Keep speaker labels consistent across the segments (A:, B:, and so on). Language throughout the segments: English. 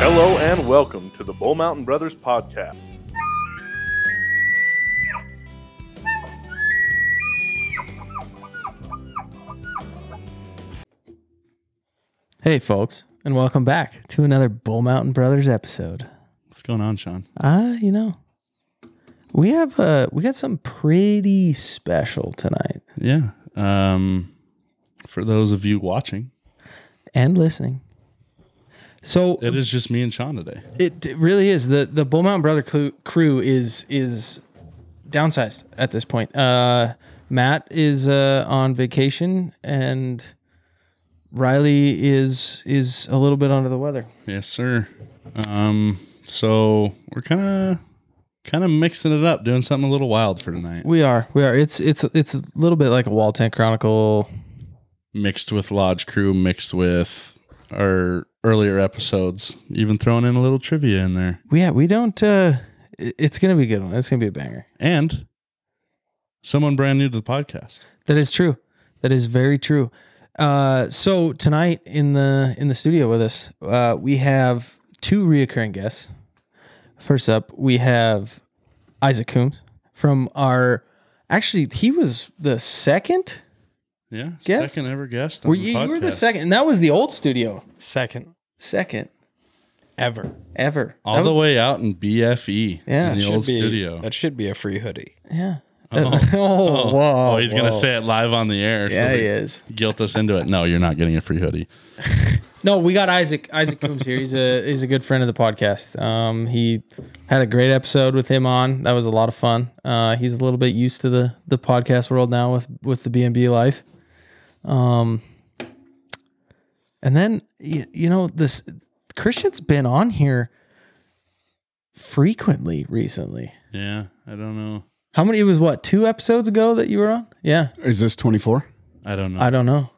A: Hello and welcome to the Bull Mountain Brothers podcast.
B: Hey, folks, and welcome back to another Bull Mountain Brothers episode.
C: What's going on, Sean?
B: Ah, you know, we have uh we got something pretty special tonight
C: Yeah. Um, for those of you watching,
B: and listening. So
C: it is just me and Sean today.
B: it, it really is the the Bull Mountain Brother crew, crew is is downsized at this point. Uh, Matt is uh, on vacation, and Riley is is a little bit under the weather.
C: Yes, sir. Um, so we're kind of kind of mixing it up, doing something a little wild for tonight,
B: We are we are. It's it's it's a little bit like a Wall Tent Chronicle
C: mixed with Lodge Crew, mixed with our earlier episodes, even throwing in a little trivia in there,
B: We- Yeah, we don't. uh it- It's gonna be a good one. It's gonna be a banger.
C: and someone brand new to the podcast.
B: That is true. That is very true. Uh, so tonight in the in the studio with us, uh, we have two reoccurring guests. First up, we have Isaac Coombs from our. Actually, he was the second.
C: Yeah,
B: Guest?
C: second ever guest. On
B: Were
C: the
B: you, you were the
C: podcast.
B: second, and that was the old studio.
D: Second
B: Second
D: ever.
B: ever.
C: all
B: That
C: the
B: was-
C: way out in BFE.
B: Yeah,
C: in
B: it
C: the
D: Should
C: old
D: be-
C: studio.
D: That should be a free hoodie.
B: Yeah.
C: Oh.
B: oh, whoa.
C: Oh, he's gonna
B: whoa.
C: say it live on the air.
B: Yeah,
C: so
B: he
C: they
B: is.
C: Guilt us into it. No, you're not getting a free hoodie.
B: No, we got Isaac. Isaac Coombs here. He's a he's a good friend of the podcast. Um, he had a great episode with him on. That was a lot of fun. Uh, he's a little bit used to the the podcast world now with with the B and B life. Um, and then you, you know this Christian's been on here frequently recently.
C: Yeah, I don't know.
B: How many? It was what two episodes ago that you were on? Yeah,
E: Is this 24?
C: I don't know.
B: I don't know.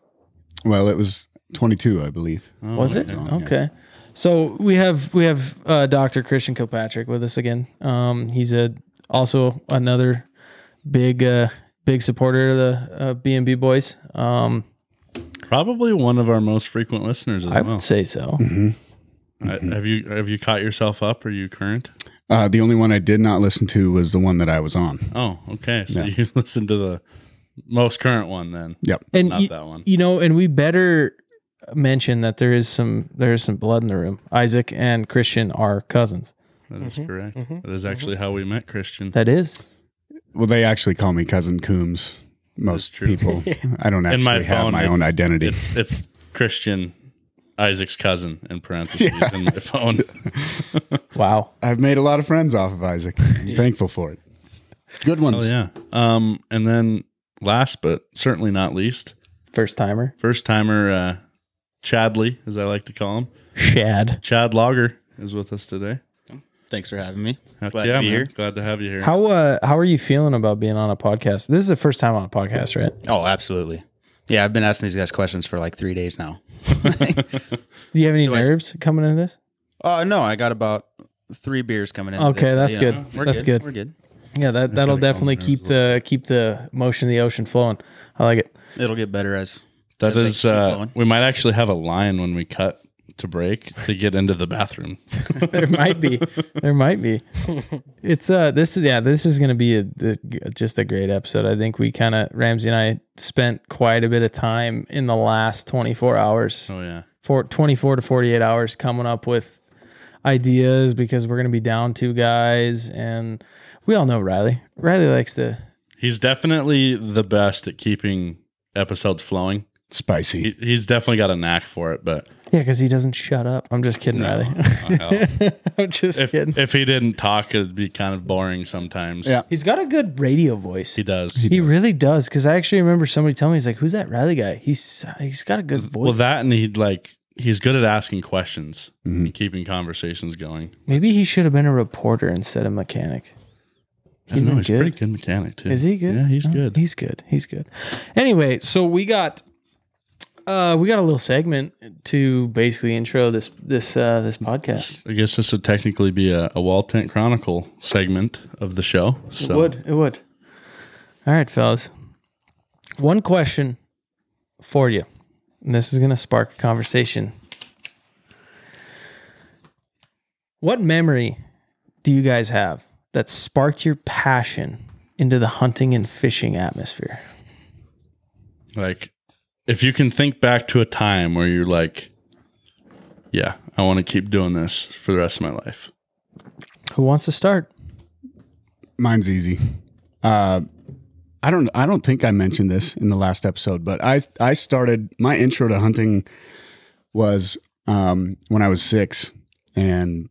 E: Well, it was 22, I believe.
C: Oh,
B: Was
C: my
B: it?
C: God.
B: Okay. So we have we have uh, Dr. Christian Kilpatrick with us again. Um, he's a also another big uh, big supporter of the uh, B&B Boys. Um,
C: Probably one of our most frequent listeners as
B: I
C: well.
B: would say so.
C: I- have you have you caught yourself up? Are you current?
E: Uh, the only one I did not listen to was the one that I was on.
C: Oh, okay. So you listened to the most current one then.
E: Yep.
B: And
C: Not
B: you,
C: that one.
B: you know, and we better mention that there is some there is some blood in the room. Isaac and Christian are cousins.
C: That is correct. That is actually how we met Christian.
B: That is.
E: Well, they actually call me Cousin Coombs. Most
C: true.
E: people. I don't actually
C: In my
E: have
C: phone,
E: my own
C: it's-
E: identity.
C: It's, it's Christian, Isaac's cousin in parentheses in my phone.
B: Wow.
E: I've made a lot of friends off of Isaac. I'm thankful for it. Good ones.
C: Oh yeah. Um, and then last but certainly not least,
B: First timer.
C: first timer uh, Chadley, as I like to call him.
B: Shad.
C: Chad Lager is with us today.
F: Thanks for having me.
C: Heck
F: Glad to be
C: man.
F: here.
C: Glad to have you here.
B: How uh how are you feeling about being on a podcast? This is the first time on a podcast, right?
F: Oh, absolutely. Yeah, I've been asking these guys questions for like three days now.
B: Do you have any
F: I-
B: nerves coming into this?
F: Oh no, I got about three beers coming in.
B: Okay,
F: today,
B: that's
F: you
B: good. That's good.
F: We're good.
B: Yeah, that that'll definitely keep the keep the motion of the ocean flowing. I like it.
F: It'll get better as
C: That
F: That's
C: is,
F: like keep
C: uh,
F: going.
C: we might actually have a line when we cut to break to get into the bathroom.
B: There might be, there might be. It's uh, this is yeah, this is gonna be a, the- just a great episode. I think we kind of Ramsey and I spent quite a bit of time in the last twenty four hours,
C: Oh yeah.
B: for twenty four to forty eight hours, coming up with ideas because we're gonna be down two guys, and we all know Riley. Riley likes to
C: He's definitely the best at keeping episodes flowing.
E: Spicy.
C: He, he's definitely got a knack for it, but
B: yeah, because he doesn't shut up. I'm just kidding, Riley. I'm just
C: if,
B: kidding.
C: if he didn't talk, it'd be kind of boring sometimes.
E: Yeah.
B: He's got a good radio voice.
C: He does.
B: He really does, because I actually remember somebody telling me, "He's like, who's that Riley guy? He's he's got a good voice.
C: well, that and he'd like, he's good at asking questions
E: Mhm.
B: Mm-hmm.
C: and keeping conversations going.
B: Maybe he should have been a reporter instead of mechanic.
C: I don't know.
B: been
C: He's a
B: good?
C: pretty good mechanic too.
B: Is he good?
C: Yeah, he's
B: Oh,
C: good.
B: He's good. He's good. Anyway, so we got uh we got a little segment to basically intro this this uh this podcast.
C: I guess this would technically be a, a Wall Tent Chronicle segment of the show. So
B: It would. It would. All right, fellas. One question for you. And this is going to spark a conversation. What memory do you guys have that sparked your passion into the hunting and fishing atmosphere?
C: Like, if you can think back to a time where you're like, yeah, I want to keep doing this for the rest of my life.
B: Who wants to start?
E: Mine's easy. Uh, I don't. I don't think I mentioned this in the last episode, but I I started my intro to hunting was um, when I was six, and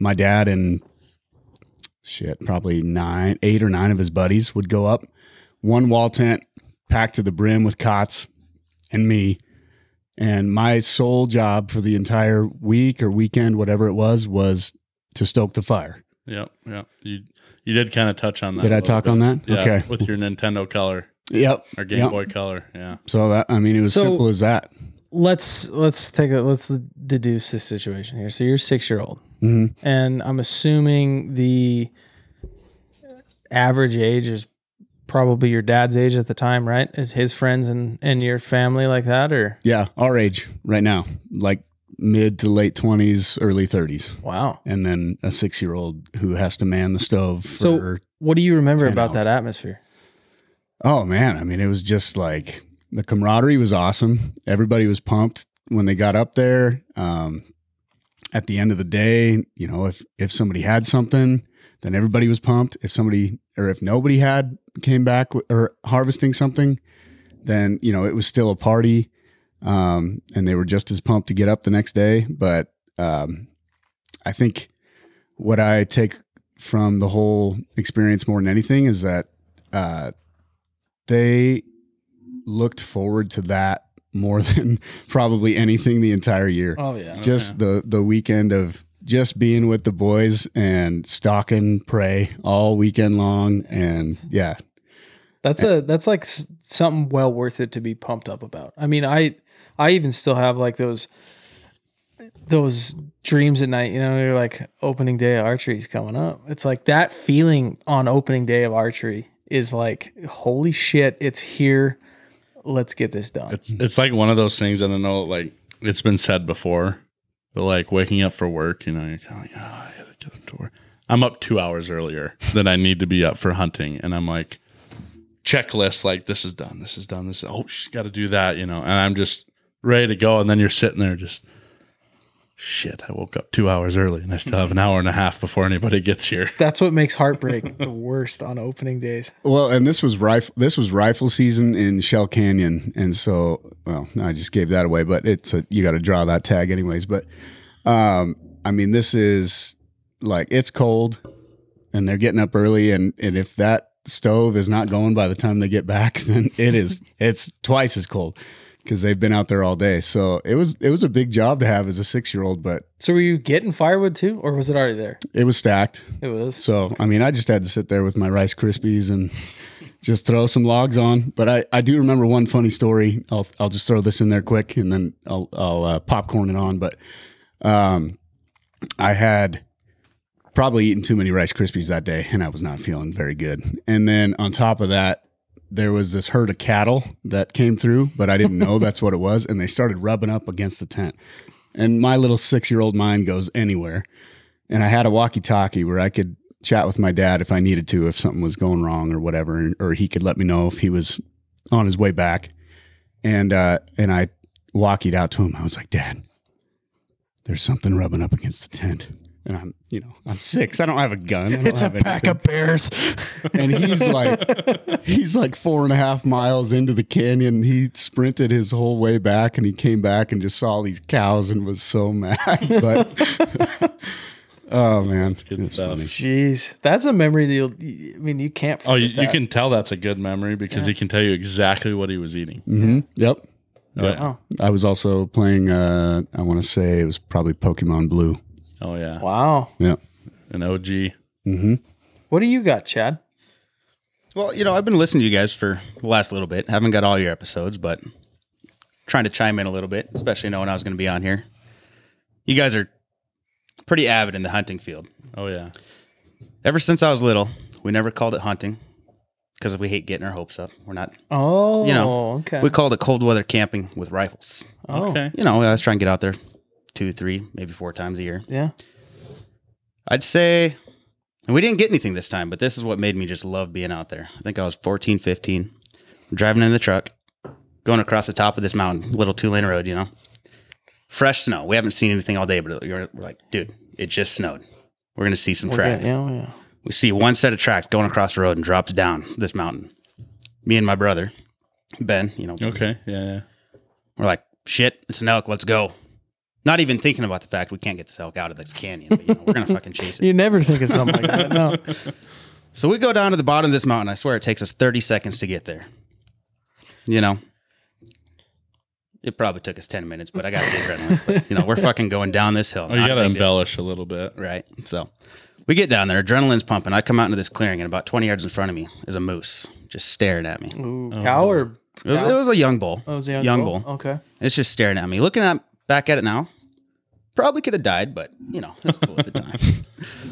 E: my dad and shit, probably nine, eight or nine of his buddies would go up one wall tent packed to the brim with cots and me. And my sole job for the entire week or weekend, whatever it was, was to stoke the fire.
C: Yep. Yep. You you did kind of touch on that.
E: Did
C: a
E: I
C: little
E: talk
C: bit.
E: on that?
C: Yeah,
E: Okay.
C: With your Nintendo color
E: Yep.
C: or Game
E: Yep.
C: Boy color. Yeah.
E: So that I mean, it was
B: So-
E: simple as that.
B: Let's let's take a let's deduce this situation here. So you're six year old,
E: Mhm.
B: and I'm assuming the average age is probably your dad's age at the time, right? Is his friends and and your family like that, or
E: Yeah, our age right now, like mid to late twenties, early thirties,
B: wow?
E: and then a six-year-old who has to man the stove. For,
B: So- What do you remember
E: 10
B: about
E: hours.
B: that atmosphere?
E: oh man, I mean, it was just like the camaraderie was awesome. Everybody was pumped when they got up there. Um, at the end of the day, you know, if if somebody had something, then everybody was pumped. If somebody or if nobody had came back w- or harvesting something, then you know it was still a party, um, and they were just as pumped to get up the next day. But um, I think what I take from the whole experience more than anything is that uh, they looked forward to that more than probably anything the entire year
B: Oh yeah,
E: just the the weekend of just being with the boys and stalking prey all weekend long and yeah
B: That's
C: Eh.
B: a that's like s- something well worth it to be pumped up about. I mean, I I even still have like those those dreams at night. You know, you're like opening day of archery is coming up. It's like that feeling on opening day of archery is like holy shit, it's here. Let's get this done.
C: It's it's like one of those things. I don't know. Like it's been said before, but like waking up for work, you know, you're kind of like, oh, I gotta get up to work. I'm up two hours earlier than I need to be up for hunting, and I'm like checklist. Like this is done. This is done. This is, oh, got to do that. You know, and I'm just ready to go. And then you're sitting there just. Shit, I woke up two hours early and I still have an hour and a half before anybody gets here.
B: That's what makes heartbreak the worst on opening days.
E: well and this was rifle this was rifle season in shell canyon and so well i just gave that away but it's a you got to draw that tag anyways but um i mean this is like it's cold and they're getting up early and and if that stove is not going by the time they get back then it is it's twice as cold because they've been out there all day so it was it was a big job to have as a six year old but
B: So were you getting firewood too, or was it already there?
E: it was stacked
B: It was.
E: so i mean i just had to sit there with my rice krispies and just throw some logs on but i i do remember one funny story i'll i'll just throw this in there quick and then i'll i'll uh, popcorn it on but um i had probably eaten too many rice krispies that day and i was not feeling very good and then on top of that there was this herd of cattle that came through but i didn't know that's what it was and they started rubbing up against the tent and my little six year old mind goes anywhere and I had a walkie talkie where I could chat with my dad if I needed to, if something was going wrong or whatever, and- or he could let me know if he was on his way back. And uh, and I walkied out to him. I was like, Dad, there's something rubbing up against the tent. And I'm, you know, I'm six. I don't have a gun. It's a pack of bears. and he's like, he's like four and a half miles into the canyon. He sprinted his whole way back, and he came back and just saw all these cows and was so mad. But Oh man,
C: good
E: It's
C: stuff.
E: funny.
B: Jeez, that's a memory that you'll. I mean, you can't.
C: Oh, you,
B: forget
C: you
B: that.
C: can tell that's a good memory because he can tell you exactly what he was eating.
E: Mhm. Yep.
C: Right?
B: Oh,
E: I was also playing. uh I want to say it was probably Pokemon Blue.
C: oh yeah.
B: wow.
E: Yep.
C: An OG.
E: Mm-hmm.
B: What do you got, Chad?
F: Well, you know, I've been listening to you guys for the last little bit. haven't got all your episodes, but trying to chime in a little bit, especially knowing I was going to be on here. You guys are pretty avid in the hunting field.
C: Oh yeah.
F: Ever since I was little, we never called it hunting because we hate getting our hopes up. We're not.
B: Oh,
F: You know,
B: okay.
F: We called it cold weather camping with rifles.
B: oh,
C: Okay.
F: You know, I was trying to get out there two, three, maybe four times a year.
B: yeah.
F: I'd say, and we didn't get anything this time, but this is what made me just love being out there. I think I was 14, 15, driving in the truck, going across the top of this mountain, little two lane road, you know. Fresh snow. We haven't seen anything all day, but it- we're we're like, dude, it just snowed. We're going to see some tracks.
B: Yeah, yeah.
F: We see one set of tracks going across the road and drops down this mountain. Me and my brother, Ben, you know,
C: Okay. Yeah. yeah.
F: we're like, shit, it's an elk, let's go. Not even thinking about the fact we can't get this elk out of this canyon, but you know, we're gonna fucking chase it.
B: You never think of something like that. No.
F: So we go down to the bottom of this mountain. I swear it takes us 30 seconds to get there. You know, it probably took us 10 minutes, but I got the adrenaline. But, you know, we're fucking going down this hill.
C: Oh, you
F: Not a
C: gotta
F: big deal.
C: embellish a little bit.
F: Right. So we get down there, adrenaline's pumping. I come out into this clearing, and about 20 yards in front of me is a moose just staring at me.
B: Ooh, cow or
F: It was, it was a young bull.
B: oh, it was a young, bull? Okay.
F: It's just staring at me. Looking at back at it now, probably could have died, but you know, that's cool at the time.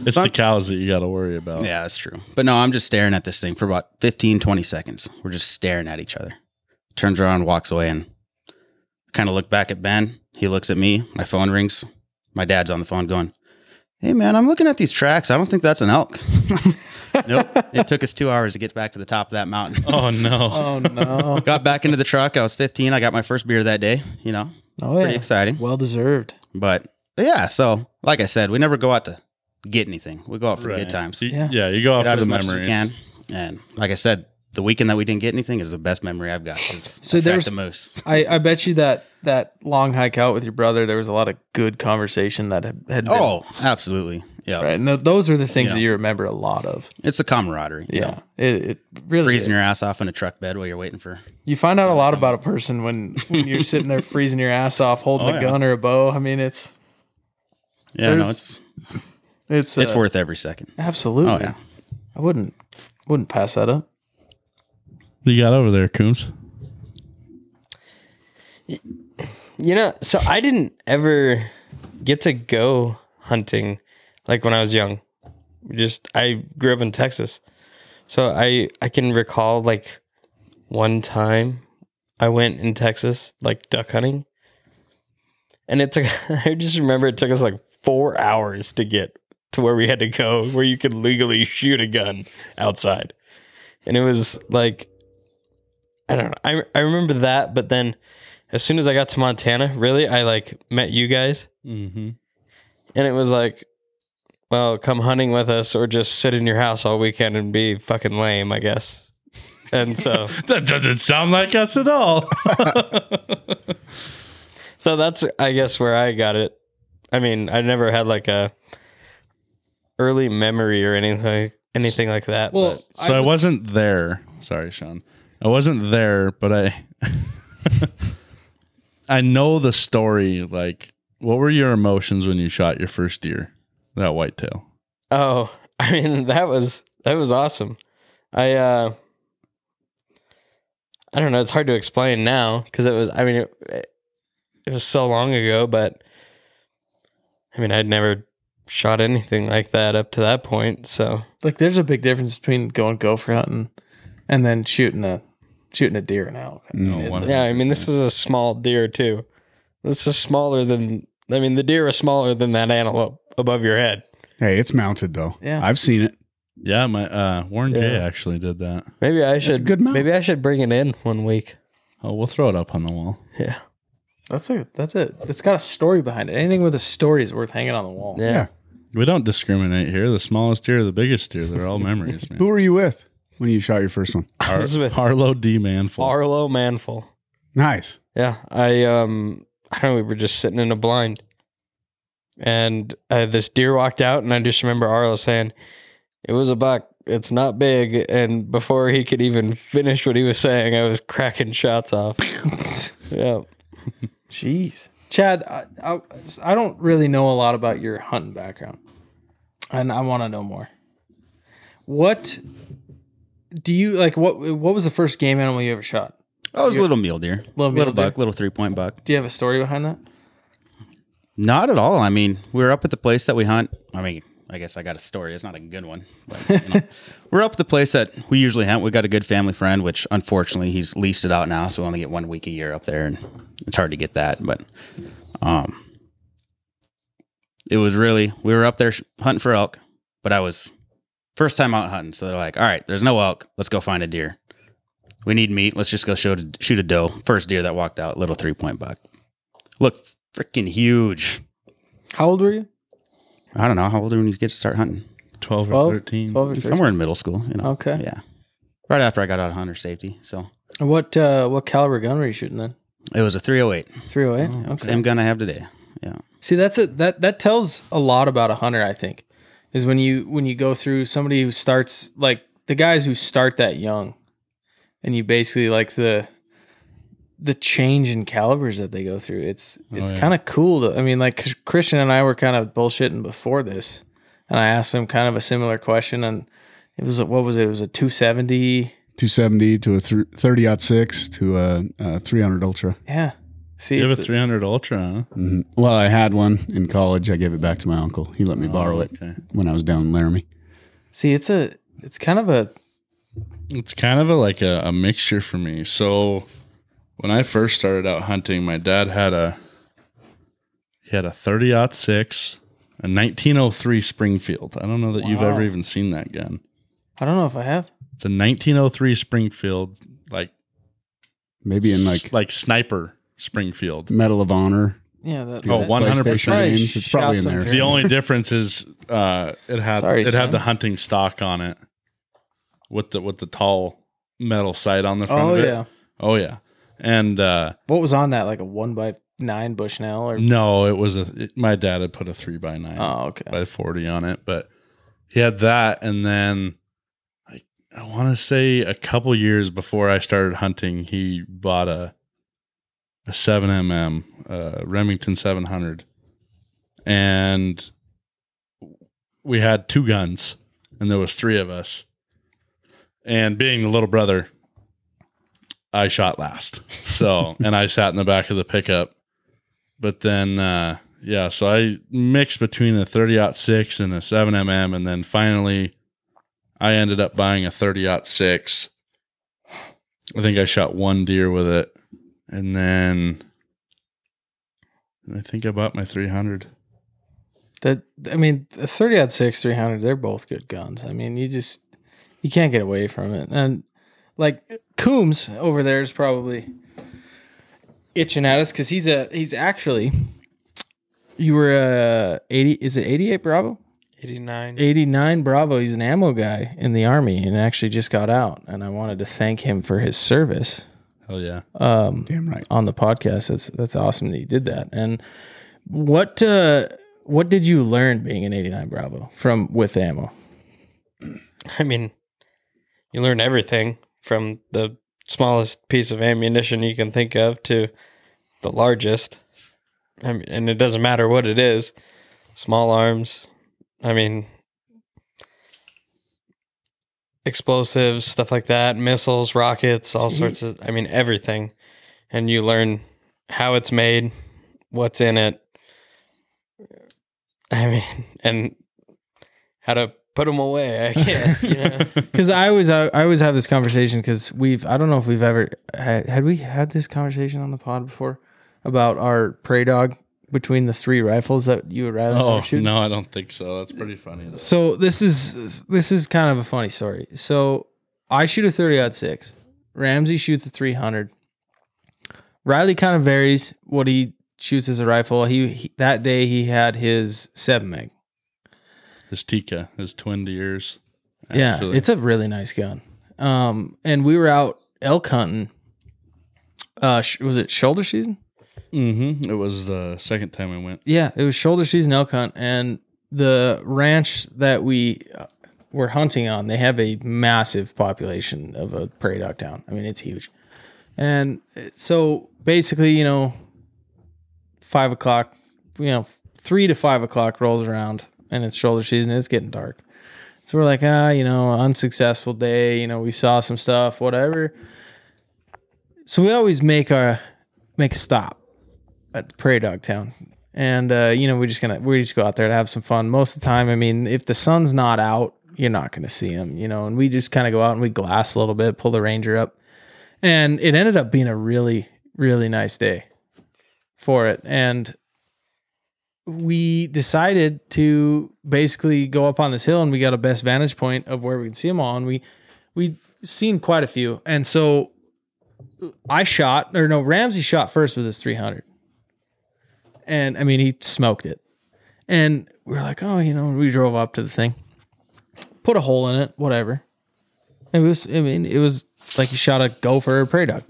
C: It's the cows that you gotta worry about.
F: Yeah, that's true. But no, I'm just staring at this thing for about 15, 20 seconds. We're just staring at each other. Turns around, walks away, and kind of look back at Ben. He looks at me. My phone rings. My dad's on the phone going, Hey, man, I'm looking at these tracks. I don't think that's an elk. nope. It took us two hours to get back to the top of that mountain.
C: Oh no.
B: Oh no.
F: Got back into the truck. I was 15. I got my first beer that day, you know,
B: Oh
F: pretty
B: yeah.
F: exciting.
B: Well deserved.
F: But yeah, so like I said, we never go out to get anything. We go out for the
C: Right.
F: good times.
C: You-
B: Yeah.
C: yeah. You go off
F: Get out
C: for the
F: as much
C: memories.
F: as you can. And like I said, the weekend that we didn't get anything is the best memory I've got.
B: So
F: So
B: there's-
F: there's the moose.
B: I, I bet you that that long hike out with your brother, there was a lot of good conversation that had, had been,
F: Oh, absolutely. Yeah,
B: right. And th- those are the things
F: Yeah.
B: that you remember a lot of.
F: it's the camaraderie. you know.
B: Yeah, it, it really
F: freezing
B: is.
F: your ass off in a truck bed while you're waiting for.
B: You find out a lot about a person when, when you're sitting there freezing your ass off, holding
F: Oh,
B: a
F: yeah.
B: gun or a bow. I mean, it's
F: Yeah, no,
B: There's-
F: it's
B: it's
F: it's
B: uh,
F: worth every second.
B: absolutely.
F: Oh, yeah.
B: I wouldn't wouldn't pass that up.
C: What You got over there, Coombs.
D: You know, so I didn't ever get to go hunting like when I was young. Just I grew up in Texas. So I I can recall like one time I went in Texas like duck hunting. And it took I just remember it took us like 4 hours to get to where we had to go where you could legally shoot a gun outside. And it was like I don't know. I I remember that, but then as soon as I got to Montana, really, I like met you guys,
C: Mm-hmm.
D: and it was like, well, come hunting with us, or just sit in your house all weekend and be fucking lame, I guess. And so,
C: That doesn't sound like us at all.
D: so that's I guess where I got it. I mean, I never had like a early memory or anything, anything like that.
B: Well,
D: but-
C: So I, wasn't there. Sorry, Sean. I wasn't there, but I I know the story. Like, what were your emotions when you shot your first deer? That whitetail.
D: Oh, I mean that was that was awesome. I uh I don't know, it's hard to explain now cuz it was I mean it, it was so long ago, but I mean I'd never shot anything like that up to that point, so
B: Like, there's a big difference between going gopher hunting and then shooting a shooting a deer and elk.
E: No,
B: It's-
C: one-
D: yeah, I mean this was a small deer too. This is smaller than I mean the deer is smaller than that antelope above your head.
E: Hey, it's mounted though.
B: Yeah.
E: I've seen it.
C: Yeah, my uh, Warren J
D: Yeah.
C: actually did that.
D: Maybe I
E: a
D: should
E: good mount.
D: maybe I should bring it in one week.
C: Oh, we'll throw it up on the wall.
D: Yeah.
B: that's it. That's it. It's got a story behind it. Anything with a story is worth hanging on the wall.
D: Yeah.
C: We don't discriminate here. The smallest deer, the biggest deer, they're all memories, man.
E: Who were you with when you shot your first one?
D: I was with
C: Harlow D. Manful.
D: Arlo Manful.
E: Nice.
D: Yeah, I um, I don't know. We were just sitting in a blind, and uh, this deer walked out, and I just remember Arlo saying, "It was a buck. It's not big." And before he could even finish what he was saying, I was cracking shots off. yeah,
B: Jeez, Chad, I, I, I don't really know a lot about your hunting background, and I want to know more. What do you like? What What was the first game animal you ever shot?
F: Oh, it was a little mule deer,
B: Little
F: little,
B: mule deer.
F: buck, little three point buck.
B: Do you have a story behind that?
F: Not at all. I mean, we were up at the place that we hunt. I mean, I guess I got a story. It's not a good one. But, you know. we're up at the place that we usually hunt. We got a good family friend, which unfortunately he's leased it out now, so we only get one week a year up there, and it's hard to get that. But um, It was really we were up there sh- hunting for elk, but I was first time out hunting, so they're like, "All right, there's no elk. Let's go find a deer. We need meat. Let's just go shoot a, shoot a doe." First deer that walked out, little three point buck, looked freaking huge.
G: How old were you?
F: I don't know how old are you when you get to start hunting.
C: 12
G: 12?
C: or 13.
G: 12
B: Oh,
G: or 13?
F: Somewhere in middle school, you know.
G: Okay.
F: Yeah. Right after I got out of hunter safety, so
G: And What uh, what caliber gun were you shooting then?
F: it was a 308.
G: 308.
C: Oh.
F: Yeah, Same gun I have today. Yeah.
B: oh See, that's it. That that tells a lot about a hunter. I think is when you when you go through somebody who starts like the guys who start that young, and you basically like the the change in calibers that they go through. It's it's
C: Oh, yeah.
B: kind of cool. To, I mean, like 'cause Christian and I were kind of bullshitting before this, and I asked him kind of a similar question, and it was a, what was it? It was a two seventy.
E: 270 to a thr 30 out six to a, uh 300 ultra.
B: Yeah. See,
C: You have a
B: it's-
C: 300 Ultra, huh?
E: Mhm. Well, I had one in college. I gave it back to my uncle. He let me borrow it
C: Oh, Okay.
E: when I was down in Laramie.
B: see, it's a it's kind of a
C: It's kind of a, like a, a mixture for me. So when I first started out hunting, my dad had a he had a 30 six, a 1903 Springfield. I don't know that you've ever even seen that gun.
B: I don't know if I have.
C: It's a 1903 Springfield, like
E: Maybe in like
C: like sniper Springfield.
E: Medal of Honor.
B: Yeah. That,
C: Oh,
B: that-
C: 100%.
E: PlayStation games. It's probably in
B: Shot
E: there.
B: some
C: The only difference is uh, it had
B: Sorry,
C: it
B: Sam.
C: had the hunting stock on it with the with the tall metal sight on the front.
B: Oh
C: of it.
B: yeah.
C: oh yeah. And uh,
B: What was on that? Like a one by nine Bushnell or
E: Mm.
C: no, it was a it- my dad had put a three by nine
B: oh okay.
C: by forty on it, but he had that, and then I I want to say a couple years before I started hunting, he bought a a seven mm uh, Remington seven hundred, and we had two guns, and there was three of us, and being the little brother. I shot last. So, and I sat in the back of the pickup but then uh yeah so i mixed between a 30 6 and a 7mm and then finally i ended up buying a 30 6 i think i shot one deer with it and then i think i bought my 300
B: That I mean, a thirty odd six, three hundred. They're both good guns. I mean, you just you can't get away from it. And like Coombs over there is probably itching at us because he's a he's actually you were a eighty is it eighty eight Bravo
D: 89.
B: 89 Bravo. He's an ammo guy in the army and actually just got out. And I wanted to thank him for his service
C: hell yeah
E: Damn right.
B: on the podcast. That's that's awesome that you did that. And what uh, what did you learn being an 89 Bravo from with ammo?
D: I mean, you learn everything from the smallest piece of ammunition you can think of to the largest. I mean, and it doesn't matter what it is. Small arms. I mean, explosives, stuff like that, missiles, rockets, all sorts of. I mean, everything. And you learn how it's made, what's in it. I mean, and how to put them away. I can't. You know?
B: Because I always I, I always have this conversation because we've I don't know if we've ever had, had we had this conversation on the pod before about our prey dog between the three rifles that you would rather
C: oh
B: never shoot.
C: no i don't think so that's pretty funny though.
B: So this is this is kind of a funny story. So I shoot a thirty out six. Ramsey shoots a three hundred. Riley kind of varies what he shoots as a rifle. He, he that day he had his seven meg.
C: his tika his twin deers
B: Yeah, it's a really nice gun. Um, and we were out elk hunting. Uh, sh- was it shoulder season?
C: mm-hmm. it was the second time i went
B: Yeah, it was shoulder season elk hunt, and the ranch that we uh, were hunting on, they have a massive population of a prairie dog town. I mean, it's huge. And uh, so basically, you know, five o'clock, you know, three to five o'clock rolls around, and it's shoulder season. It's getting dark. So we're like, ah, you know, unsuccessful day. You know, we saw some stuff, whatever. So we always make our make a stop at the prairie dog town and uh, you know we just gonna we just go out there to have some fun most of the time i mean if the sun's not out you're not gonna see them you know and we just kind of go out and we glass a little bit pull the ranger up and it ended up being a really really nice day for it and we decided to basically go up on this hill and we got a best vantage point of where we could see them all and we we seen quite a few and so i shot or no ramsey shot first with his 300 and i mean he smoked it and we were like oh you know we drove up to the thing put a hole in it whatever it was i mean it was like he shot a gopher or a prairie dog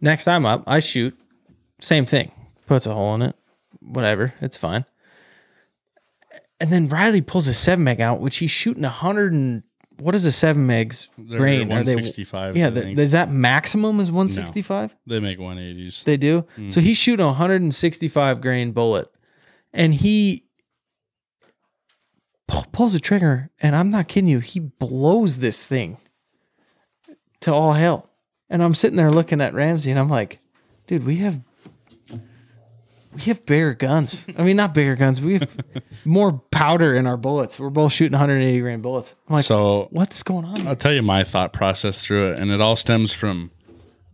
B: next time up i shoot same thing puts a hole in it whatever, it's fine. And then Riley pulls a seven meg out, which he's shooting a hundred and what is a seven megs
C: They're
B: grain? Are they
C: 165,
B: Yeah,
C: I
B: the,
C: think.
B: is that maximum is one sixty five?
C: They make 180s.
B: They do. So he's shooting a hundred and sixty five grain bullet, and he pu- pulls the trigger, and I'm not kidding you, he blows this thing to all hell. And I'm sitting there looking at Ramsey, and I'm like, dude, we have we have bigger guns. I mean, not bigger guns. We have more powder in our bullets. We're both shooting 180 grain bullets. I'm like,
C: So
B: what's going on?
C: I'll tell you my thought process through it, and it all stems from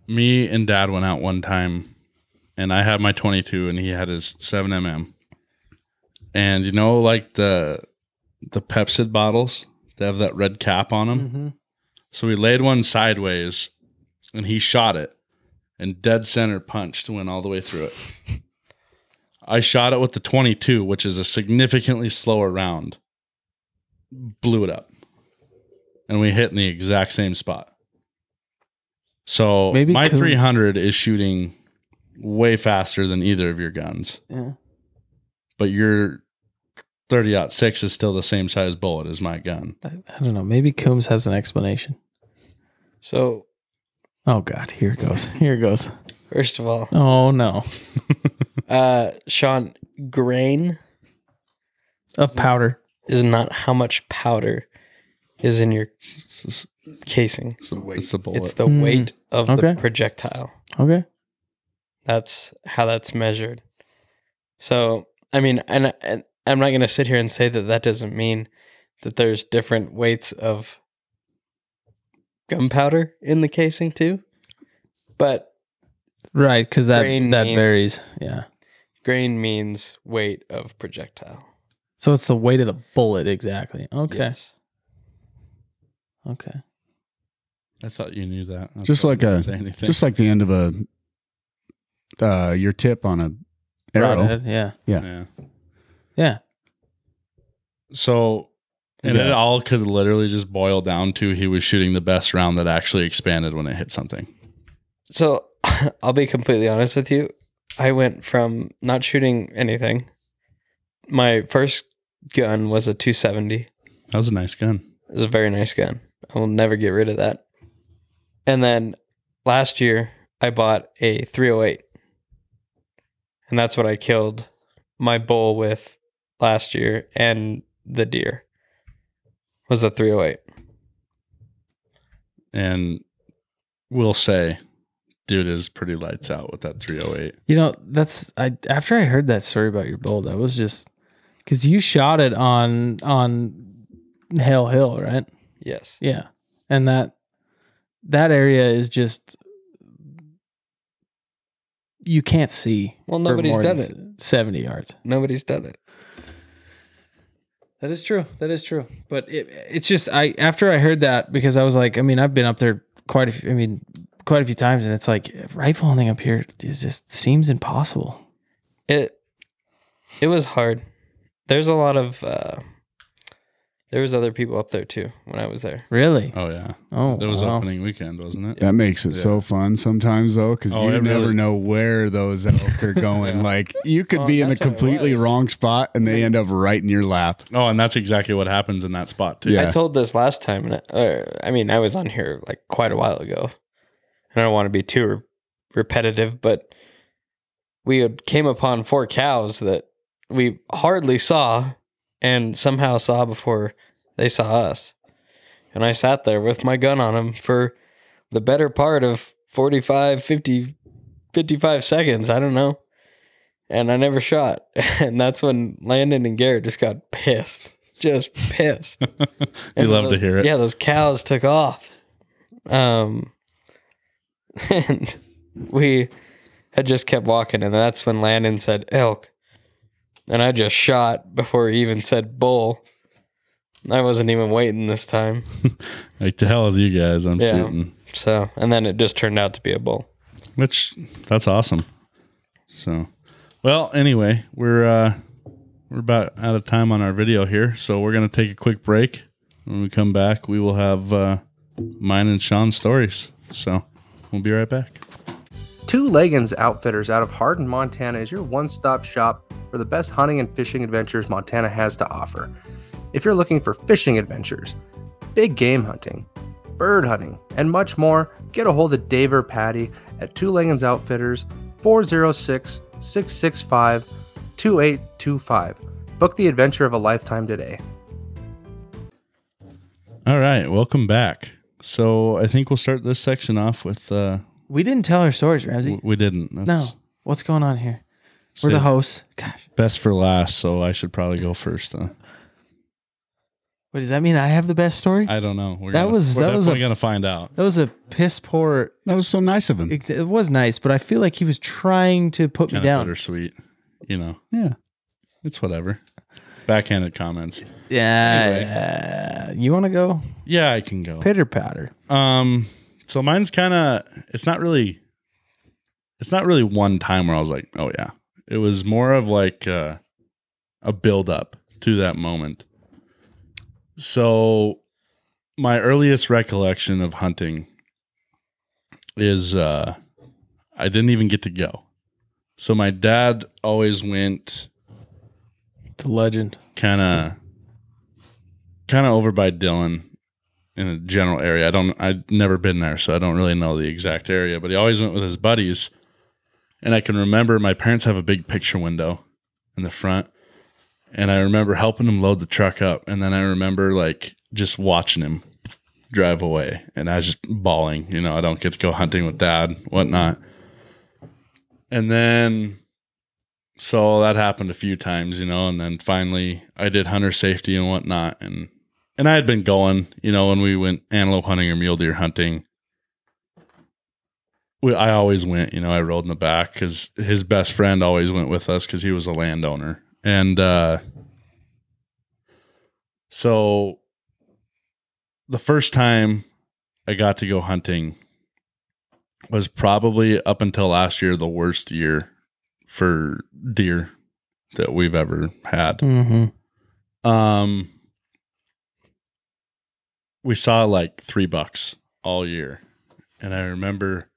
C: me and Dad went out one time, and I had my 22, and he had his 7mm, and you know, like the the Pepsid bottles, they have that red cap on them.
B: Mm-hmm.
C: So we laid one sideways, and he shot it, and dead center punched went all the way through it. I shot it with the 22, which is a significantly slower round. Blew it up and we hit in the exact same spot. So
B: Maybe
C: my
B: Coons-
C: 300 is shooting way faster than either of your guns.
B: Yeah.
C: But your 30 out 6 is still the same size bullet as my gun.
B: I, I don't know. Maybe Coombs has an explanation.
D: So
B: Oh God, here it goes. Here it goes.
D: first of all,
B: Oh no,
D: uh, Sean, grain
B: of powder.
D: is not how much powder is in your casing.
E: It's the weight.
C: It's the bullet.
D: It's the
B: Mm.
D: weight of the
B: Okay.
D: projectile.
B: Okay.
D: That's how that's measured. So, I mean, and, and I'm not going to sit here and say that that doesn't mean that there's different weights of gunpowder in the casing too. But
B: Right, because that
D: Grain
B: that
D: means-
B: varies. Yeah.
D: grain means weight of projectile.
B: So it's the weight of the bullet exactly. Okay.
D: Yes.
B: Okay.
C: I thought you knew that. That's
E: Just
C: why I
E: like
C: didn't
E: a-
C: say anything.
E: Just like the end of a uh, your tip on a arrow.
B: Broadhead, Yeah.
C: yeah.
B: Yeah.
C: So and
E: Yeah.
C: it all could literally just boil down to he was shooting the best round that actually expanded when it hit something.
D: So I'll be completely honest with you. I went from not shooting anything. My first gun was a 270.
C: That was a nice gun.
D: It's a very nice gun. I will never get rid of that. And then last year I bought a 308. And that's what I killed my bull with last year and the deer. Was a 308.
C: and will say dude is pretty lights out with that 308
B: You know, that's I after I heard that story about your bullet, I was just because you shot it on on Hell Hill, right?
D: Yes.
B: Yeah. And that that area is just you can't see.
D: Well,
B: for
D: nobody's
B: more
D: done
B: than s- Seventy yards.
D: Nobody's done it.
B: That is true. That is true. But it, it's just I after I heard that because I was like, I mean, I've been up there quite a few, I mean, quite a few times, and it's like rifle hunting up here is just seems impossible.
D: It it was hard. There's a lot of uh there was other people up there too when I was there.
B: Really?
C: oh yeah
B: Oh,
C: that was
B: wow.
C: opening weekend wasn't it
E: That makes it
C: Yeah.
E: so fun sometimes though, because
C: Oh,
E: you
C: it
E: never
C: really-
E: know where those elk are going.
C: Yeah.
E: Like you could
D: Oh,
E: be in a
D: that's what it
E: completely
D: was.
E: wrong spot and they end up right in your lap.
C: oh and that's exactly what happens in that spot too
E: Yeah.
D: I told this last time, and I, or, I mean, I was on here like quite a while ago. I don't want to be too re- repetitive, but we had came upon four cows that we hardly saw, and somehow saw before they saw us. And I sat there with my gun on them for the better part of 45, 50, 55 seconds. I don't know. And I never shot. And that's when Landon and Garrett just got pissed. Just pissed.
C: you
D: And
C: love to
D: those-
C: hear it
D: Yeah, those cows took off. Um, and we had just kept walking, and that's when Landon said, "Elk." and I just shot before he even said bull. I wasn't even waiting this time.
C: Like the hell with you guys, I'm
D: Yeah.
C: shooting.
D: So, and then it just turned out to be a bull.
C: Which that's awesome. So, well, anyway, we're uh we're about out of time on our video here, so we're gonna take a quick break. When we come back, we will have uh mine and Sean's stories. So we'll be right back.
H: Two Leggins Outfitters out of Hardin, Montana is your one stop shop for the best hunting and fishing adventures Montana has to offer. If you're looking for fishing adventures, big game hunting, bird hunting, and much more, get a hold of Dave or Patty at Two Leggins Outfitters 406 665 2825. Book the adventure of a lifetime today.
C: All right, welcome back. So I think we'll start this section off with uh
B: We didn't tell our stories, Ramsey.
C: w- we didn't. That's
B: No. What's going on here? We're the
C: Save-
B: hosts. Gosh.
C: best for last, so I should probably go first. uh, Huh?
B: Wait, does that mean I have the best story?
C: I don't know. We're
B: That
C: gonna,
B: was-
C: we're
B: that was
C: definitely
B: a-
C: gonna find out.
B: that was a piss poor.
E: That was so nice of him.
B: ex- It was nice, but I feel like he was trying to put me
C: Kind of
B: down.
C: bittersweet, you know.
E: Yeah.
C: It's whatever. Backhanded comments.
B: Yeah. You want to go
C: Yeah, I can go.
B: pitter patter?
C: Um, so mine's kind of it's not really it's not really one time where I was like, oh yeah. It was more of like uh, a build up to that moment. So my earliest recollection of hunting is uh I didn't even get to go. So my dad always went
B: It's a legend.
C: kind of kind of over by Dylan in a general area. I don't I've never been there, so I don't really know the exact area, but he always went with his buddies. And I can remember my parents have a big picture window in the front. And I remember helping him load the truck up and then I remember like just watching him drive away and I was just bawling, you know, I don't get to go hunting with dad, whatnot. And then so that happened a few times, you know, and then finally I did hunter safety and whatnot, and and I had been going, you know, when we went antelope hunting or mule deer hunting. We, I always went, you know, I rode in the back because his best friend always went with us because he was a landowner, and uh, so the first time I got to go hunting was probably up until last year the worst year for deer that we've ever had.
B: Mm-hmm.
C: Um, we saw like three bucks all year, and I remember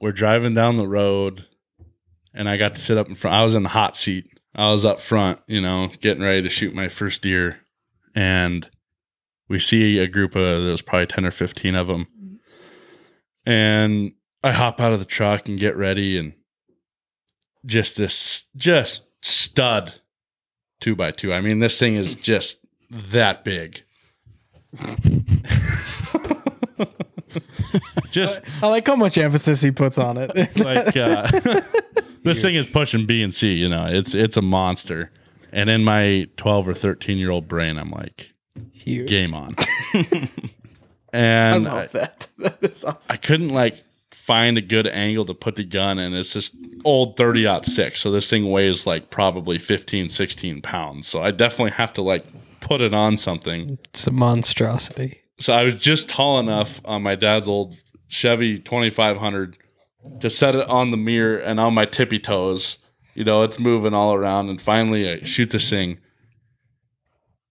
C: we're driving down the road, and I got to sit up in front. I was in the hot seat. I was up front, you know, getting ready to shoot my first deer, and we see a group of there was probably ten or fifteen of them, and I hop out of the truck and get ready, and just this just stud two by two. I mean, this thing is just that big. just
B: I like how much emphasis he puts on it.
C: like uh, this thing is pushing B and C. You know, it's it's a monster. And in my twelve or thirteen year old brain, I'm like,
B: Huge.
C: game on. and I-
B: that. That is awesome.
C: I couldn't like find a good angle to put the gun in. It's this old 30 six. So this thing weighs like probably 15, 16 pounds. So I definitely have to like put it on something.
D: It's a monstrosity.
C: So I was just tall enough on my dad's old Chevy 2500 to set it on the mirror and on my tippy toes. You know, it's moving all around. And finally, I shoot this thing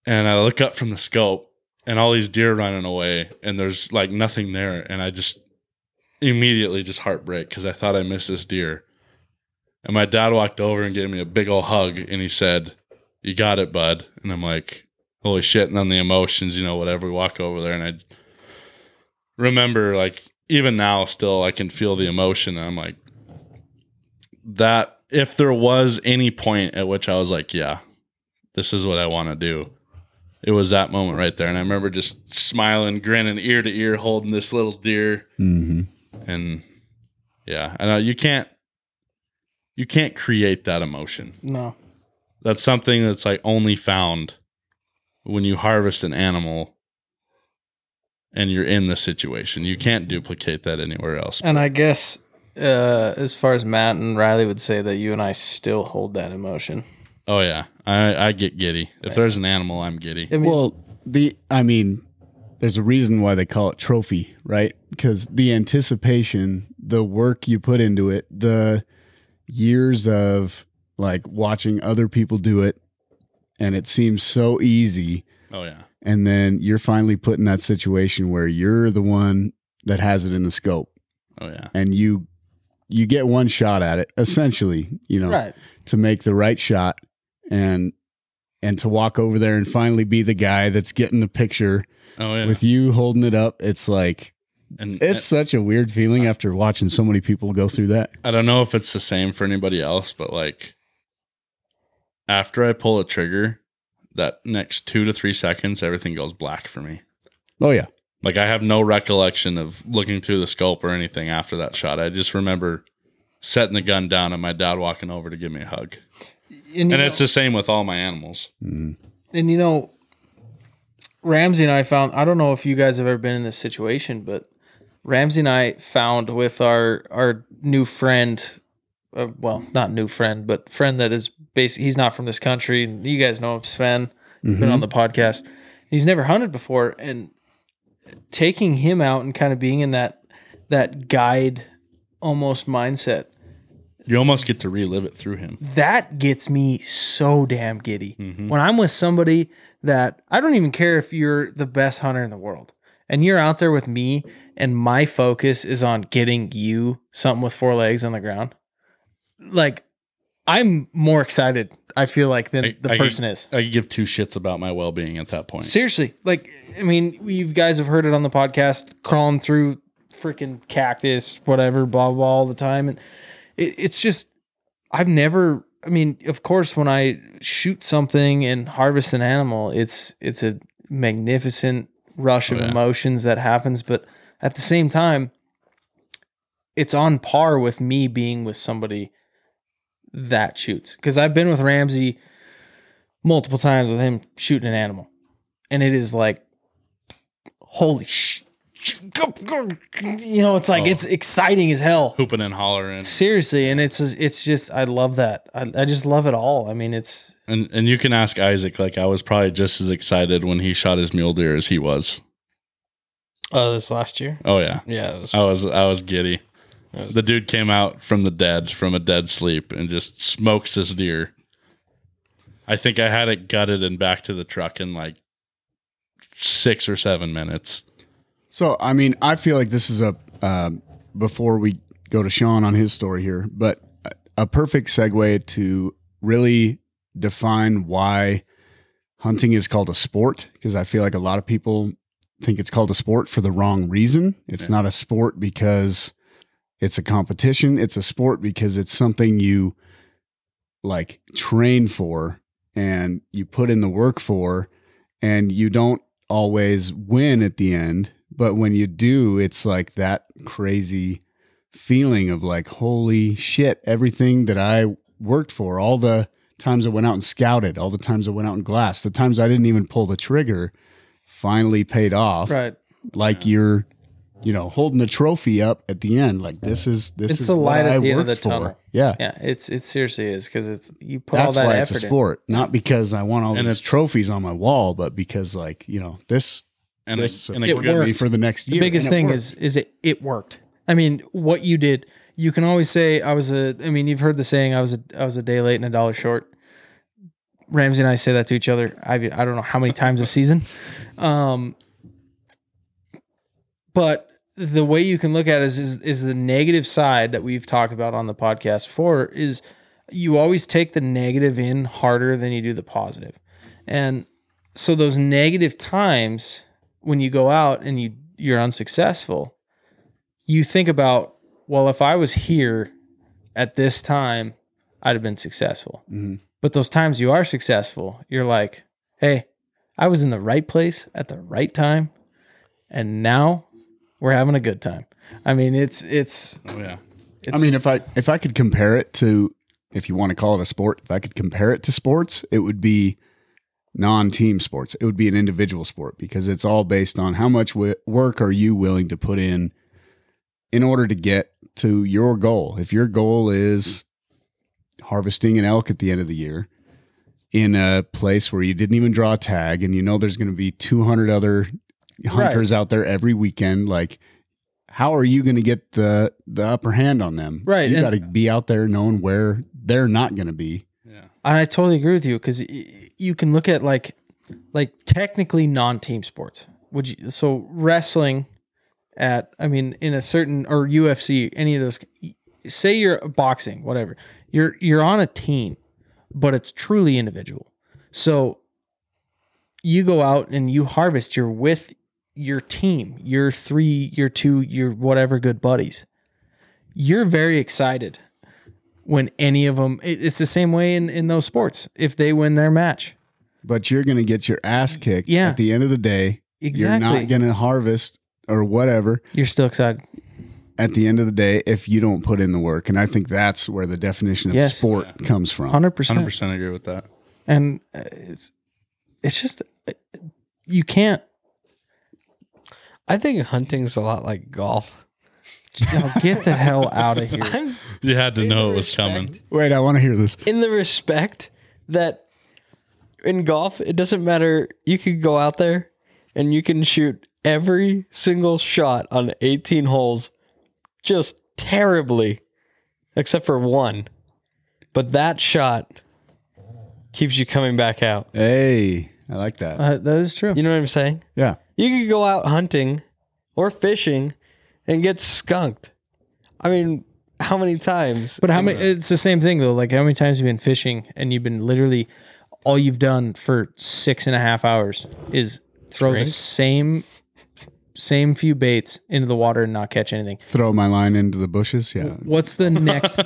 C: and I look up from the scope and all these deer running away and there's like nothing there. And I just, immediately just heartbreak because I thought I missed this deer. And my dad walked over and gave me a big old hug and he said, You got it, bud. And I'm like, Holy shit. And then the emotions, you know, whatever. We walk over there and I remember, like, even now, still, I can feel the emotion. And I'm like, That, if there was any point at which I was like, Yeah, this is what I want to do. It was that moment right there. And I remember just smiling, grinning ear to ear, holding this little deer
E: Mm-hmm.
C: and yeah i know you can't you can't create that emotion
B: No.
C: that's something that's like only found when you harvest an animal and you're in the situation you can't duplicate that anywhere else
B: And I guess, uh, as far as Matt and Riley would say, that you and I still hold that emotion.
C: Oh yeah, I I get giddy. If there's an animal, I'm giddy.
B: I mean,
E: Well, the I mean, there's a reason why they call it trophy, right? Because the anticipation, the work you put into it, the years of like watching other people do it, and it seems so easy,
C: Oh yeah,
E: and then you're finally put in that situation where you're the one that has it in the scope,
C: oh yeah.
E: and you you get one shot at it, essentially, you know,
B: right.
E: to make the right shot and and to walk over there and finally be the guy that's getting the picture
C: Oh yeah.
E: with you holding it up it's like
C: and
E: it's such a weird feeling after watching so many people go through that
C: I don't know if it's the same for anybody else, but like after I pull a trigger, that next two to three seconds, everything goes black for me.
E: oh yeah
C: Like I have no recollection of looking through the scope or anything after that shot. I just remember setting the gun down and my dad walking over to give me a hug.
B: And, you
C: And
B: know,
C: it's the same with all my animals.
E: Mm.
B: and you know, Ramsey and I found. I don't know if you guys have ever been in this situation, but Ramsey and I found with our our new friend. Uh, well, not new friend, but friend that is basically he's not from this country. You guys know him, Sven. He's Been on the podcast. He's never hunted before, and taking him out and kind of being in that that guide almost mindset
C: You almost get to relive it through him.
B: that gets me so damn giddy
C: Mm-hmm.
B: when I'm with somebody that I don't even care if you're the best hunter in the world and you're out there with me and my focus is on getting you something with four legs on the ground. Like I'm more excited, I feel like, than
C: I-
B: the
C: I-
B: person is.
C: I could give two shits about my well being at that point.
B: Seriously, like I mean, you guys have heard it on the podcast, crawling through freaking cactus, whatever, blah blah, all the time, and it, it's just I've never. I mean, of course, when I shoot something and harvest an animal, it's it's a magnificent rush of
C: Oh, yeah.
B: emotions that happens, but at the same time, it's on par with me being with somebody that shoots because I've been with Ramsey multiple times with him shooting an animal, and it is like, holy sh, sh- go- go- you know, it's like
C: Oh.
B: it's exciting as hell.
C: Hooping and hollering.
B: Seriously, and it's it's just I love that. I, I just love it all. I mean, it's
C: And and you can ask Isaac, like I was probably just as excited when he shot his mule deer as he was.
D: Oh, this last year.
C: Oh yeah.
D: Yeah, it was,
C: I was I was giddy.
D: That was-
C: The dude came out from the dead, from a dead sleep, and just smokes this deer. I think I had it gutted and back to the truck in like six or seven minutes.
E: so i mean i feel like this is a uh, before we go to sean on his story here but a- a perfect segue to really define why hunting is called a sport because i feel like a lot of people think it's called a sport for the wrong reason it's not a sport because it's a competition it's a sport because it's something you like train for and you put in the work for and you don't always win at the end but when you do it's like that crazy feeling of like holy shit everything that i worked for all the times i went out and scouted all the times i went out and glassed the times i didn't even pull the trigger finally paid off
B: right.
E: like you're you know holding the trophy up at the end like this is this
B: It's
E: is
B: the light at
E: what I
B: the end of
E: worked
B: the tunnel.
E: for. yeah
B: Yeah, it's it seriously is because it's you put
E: that's
B: all that
E: why
B: effort
E: it's a sport not because i want all
C: And
E: these
C: it's-
E: trophies on my wall but because like you know this
C: And
E: this
C: it's and a
E: supported
C: good-
E: me for the next year
B: The biggest
E: and it
B: thing
E: worked.
B: is is it it worked. I mean, what you did. You can always say I was a. I mean, you've heard the saying I was a I was a day late and a dollar short. Ramsey and I say that to each other. I I don't know how many times a season. Um, but the way you can look at it is, is is the negative side that we've talked about on the podcast before is you always take the negative in harder than you do the positive. And so those negative times when you go out and you you're unsuccessful, you think about, well, if I was here at this time, I'd have been successful.
E: Mhm.
B: But those times you are successful, you're like, hey, I was in the right place at the right time, and now we're having a good time. I mean, it's it's.
C: oh yeah.
B: it's
E: i mean
B: just-
E: if i if i could compare it to if you want to call it a sport if i could compare it to sports it would be non-team sports it would be an individual sport because it's all based on how much wi- work are you willing to put in in order to get to your goal if your goal is harvesting an elk at the end of the year in a place where you didn't even draw a tag and you know there's going to be 200 other hunters out there every weekend like how are you going to get the the upper hand on them
B: Right,
E: you
B: and-
E: got to be out there knowing where they're not going to be
B: And I totally agree with you because you can look at like, like technically non-team sports. Would you so wrestling at? I mean, in a certain or UFC, any of those. Say you're boxing, whatever. You're you're on a team, but it's truly individual. So you go out and you harvest. You're with your team. Your three, your two, your whatever good buddies. You're very excited when any of them it, it's the same way in, in those sports if they win their match
E: but you're going to get your ass kicked
B: Yeah.
E: at the end of the day
B: exactly
E: you're
B: you're,
E: not going to harvest or whatever
B: still excited
E: at the end of the day if you don't put in the work and i think that's where the definition of
B: Yes.
E: sport comes from
B: 100%,
C: 100% agree with that.
B: and uh, it's it's just uh, you can't
D: I think hunting's a lot like golf.
B: now get the hell out of here
D: I'm
C: You had to know it was
D: respect-
C: coming.
E: wait i want to hear this
D: in the respect that in golf, it doesn't matter. You could go out there and you can shoot every single shot on 18 holes just terribly, except for one. But that shot keeps you coming back out.
E: hey i like that
B: uh, that is true
D: You know what I'm saying?
E: yeah
D: You could go out hunting or fishing and get skunked. I mean, how many times?
B: But how many? It's the same thing though. Like how many times you've been fishing and you've been literally all you've done for six and a half hours is throw the
D: Drink?
B: same same few baits into the water and not catch anything.
E: throw my line into the bushes yeah
B: What's the next?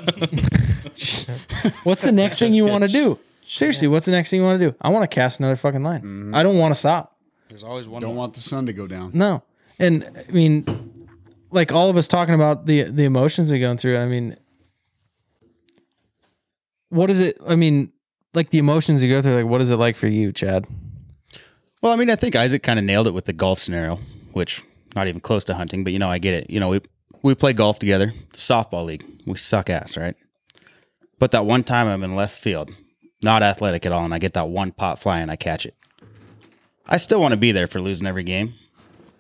B: what's the next thing you want to do? Seriously, what's the next thing you want to do? I want to cast another fucking line. I don't want to stop.
F: There's always one.
E: don't want the sun to go down
B: No. And I mean, like all of us talking about the the emotions we're going through. I mean, what is it? I mean, like the emotions you go through. Like, what is it like for you, Chad?
F: Well, I mean, I think Isaac kind of nailed it with the golf scenario, which not even close to hunting, but you know, I get it. You know, we we play golf together, softball league. We suck ass, right? But that one time I'm in left field, not athletic at all, and I get that one pot fly and I catch it. I still want to be there for losing every game,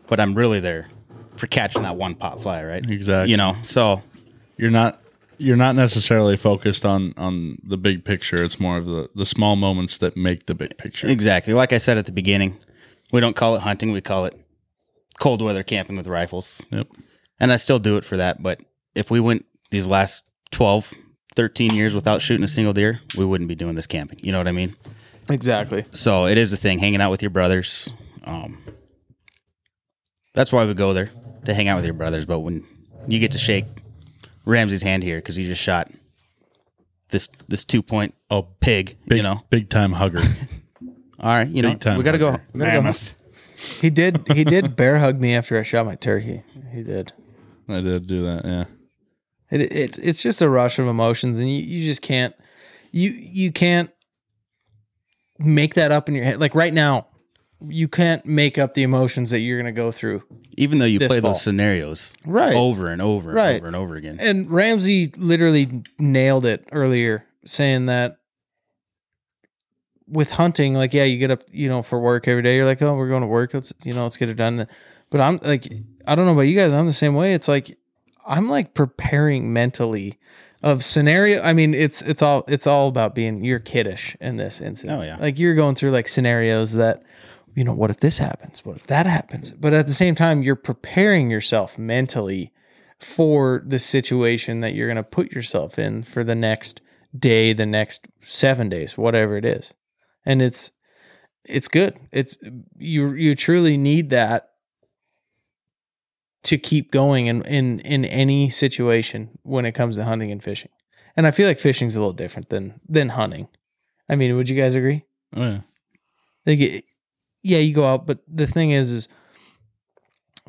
F: but I'm really there for catching that one pot fly, right?
C: Exactly.
F: You know, so
C: You're not you're not necessarily focused on on the big picture. It's more of the the small moments that make the big picture.
F: Exactly. Like I said at the beginning, we don't call it hunting, we call it cold weather camping with rifles.
C: Yep.
F: And I still do it for that, but if we went these last 12, 13 years without shooting a single deer, we wouldn't be doing this camping. You know what I mean?
G: Exactly.
F: So it is a thing hanging out with your brothers. Um, that's why we go there to hang out with your brothers. But when you get to shake Ramsey's hand here because he just shot this this two point
C: Oh,
F: pig,
C: big,
F: you know,
C: big time hugger.
F: all right, you know,
C: big time
F: we got to go.
C: hunter.
F: we gotta go.
B: He did. He did bear hug me after I shot my turkey. He did.
C: I did do that. Yeah.
B: It, it's it's just a rush of emotions, and you, you just can't you you can't make that up in your head. Like right now, you can't make up the emotions that you're gonna go through.
F: even though you
B: this
F: play
B: fall.
F: those scenarios
B: Right.
F: over and over and
B: Right.
F: over and over again.
B: And Ramsey literally nailed it earlier, saying that with hunting, like, yeah, you get up, you know, for work every day. You're like, oh, we're going to work. Let's, you know, let's get it done. But I'm like, I don't know about you guys. I'm the same way. It's like, I'm like preparing mentally of scenario. I mean, it's, it's all, it's all about being, you're kiddish in this instance.
F: Oh, yeah.
B: Like, you're going through like scenarios that, you know, what if this happens? What if that happens? But at the same time, you're preparing yourself mentally for the situation that you're going to put yourself in for the next day, the next seven days, whatever it is. And it's, it's good. It's, you, you truly need that to keep going in, in, in any situation when it comes to hunting and fishing. And I feel like fishing's a little different than, than hunting. I mean, would you guys agree?
C: Oh yeah.
B: Like, it- yeah, you go out, but the thing is, is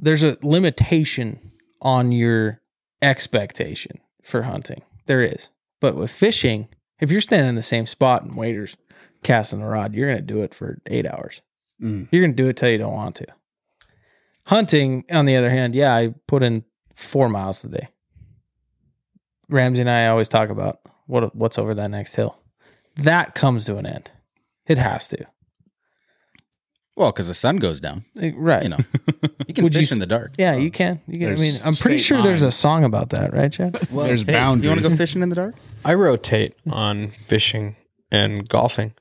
B: there's a limitation on your expectation for hunting. There is, but with fishing, if you're standing in the same spot and waiters casting a rod, you're gonna do it for eight hours.
E: Mm.
B: You're gonna do it till you don't want to. Hunting, on the other hand, yeah, I put in four miles today. Ramsey and I always talk about what what's over that next hill. That comes to an end. It has to.
F: Well, because the sun goes down.
B: Like, right.
F: You know, you can
B: Would you
F: fish
B: s-
F: in the dark.
B: Yeah, you can. You can. I mean,
E: There's
B: I'm pretty
E: state
B: sure there's a
E: line.
B: song about that, right, Chad?
E: There's
F: Hey,
E: boundaries.
F: You want to go fishing in the dark?
D: I rotate on fishing and golfing.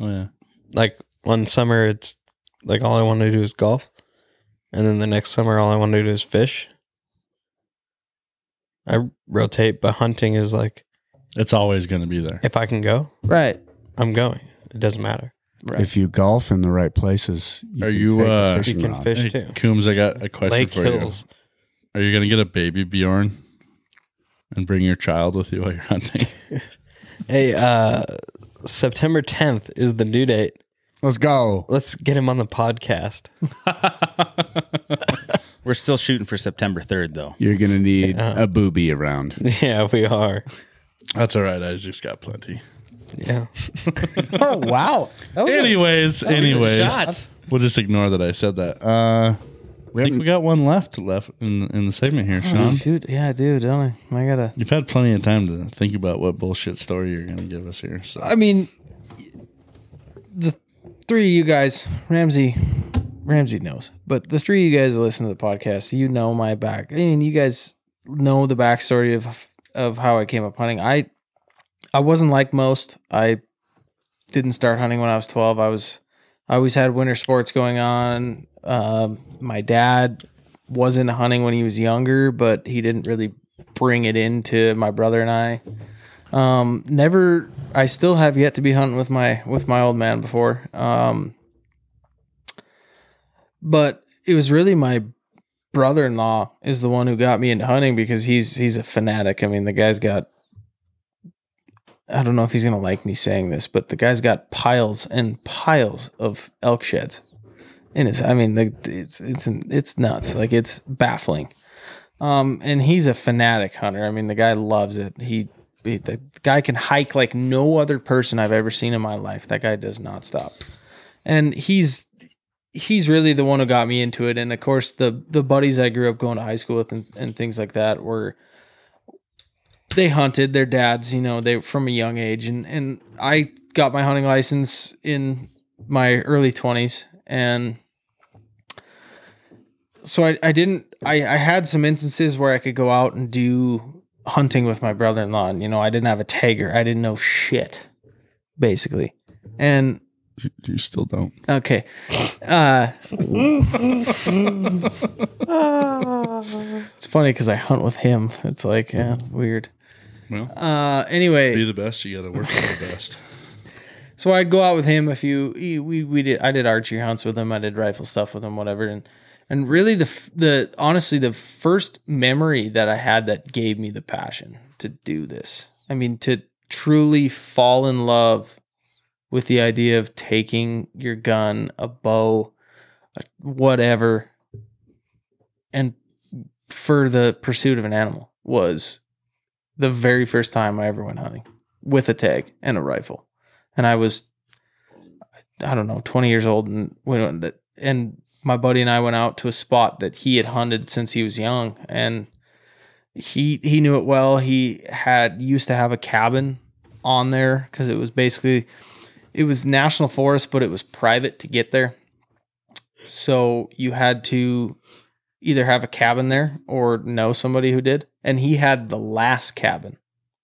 C: Oh yeah.
D: Like one summer, it's like all I want to do is golf, and then the next summer, all I want to do is fish. I rotate, but hunting is like
C: It's always going to be there.
D: if I can go,
B: right.
D: I'm going. It doesn't matter.
E: If you golf in the right places,
C: Are
E: can
C: you,
E: take a
C: uh,
D: You
E: fishing
D: can
E: rod.
D: fish
C: Hey,
D: too.
C: Coombs, I got a question
D: Lake
C: for
D: Hills.
C: you. Are you going to get a baby Bjorn and bring your child with you while you're hunting?
D: Hey, uh, September 10th is the due date.
E: Let's go.
D: Let's get him on the podcast.
F: We're still shooting for September 3rd, though.
E: You're gonna need a booby around.
D: Yeah, we are.
C: That's all right. Isaac's got plenty.
D: Yeah.
B: Oh wow. That was a-
C: Anyways, anyways,
F: Shots.
C: we'll just ignore that I said that. I
E: Uh, we
C: think
E: haven't
C: we Mm. got one left left in in the segment here, Sean.
B: Dude, yeah, dude, don't I? I gotta.
C: You've had plenty of time to think about what bullshit story you're going to give us here. So
B: I mean, the three of you guys, Ramsey, Ramsey knows, but the three of you guys that listen to the podcast, you know my back. I mean, you guys know the backstory of of how I came up hunting. I I wasn't like most. I didn't start hunting when I was twelve. I was I always had winter sports going on. Um, my dad was into hunting when he was younger, but he didn't really bring it into my brother and I. Um, never. I still have yet to be hunting with my with my old man before. Um, but it was really my brother in law is the one who got me into hunting because he's he's a fanatic. I mean, the guy's got. I don't know if he's gonna like me saying this, but the guy's got piles and piles of elk sheds in his. I mean, the, it's it's it's nuts. Like it's baffling. Um, and he's a fanatic hunter. I mean, the guy loves it. He he- the guy can hike like no other person I've ever seen in my life. That guy does not stop. And he's he's really the one who got me into it. And of course the the buddies I grew up going to high school with and, and things like that were they hunted their dads, you know, they were from a young age and and I got my hunting license in my early 20s and so I, I didn't I, I had some instances where I could go out and do hunting with my brother in law and you know I didn't have a tiger. I didn't know shit, basically. And
C: you still don't.
B: okay. Uh it's funny because I hunt with him. It's like yeah, weird.
C: Well,
B: Uh anyway.
C: be the best. You got to work for the best.
B: So I'd go out with him a few. he- We we did. I did archery hunts with him. I did rifle stuff with him. Whatever. And and really the f- the honestly the first memory that I had that gave me the passion to do this. I mean to truly fall in love with the idea of taking your gun, a bow, a whatever, and for the pursuit of an animal was the very first time I ever went hunting with a tag and a rifle and I was I don't know 20 years old and when that and my buddy and I went out to a spot that he had hunted since he was young and he he knew it well he had used to have a cabin on there cuz it was basically it was national forest but it was private to get there so you had to either have a cabin there or know somebody who did and he had the last cabin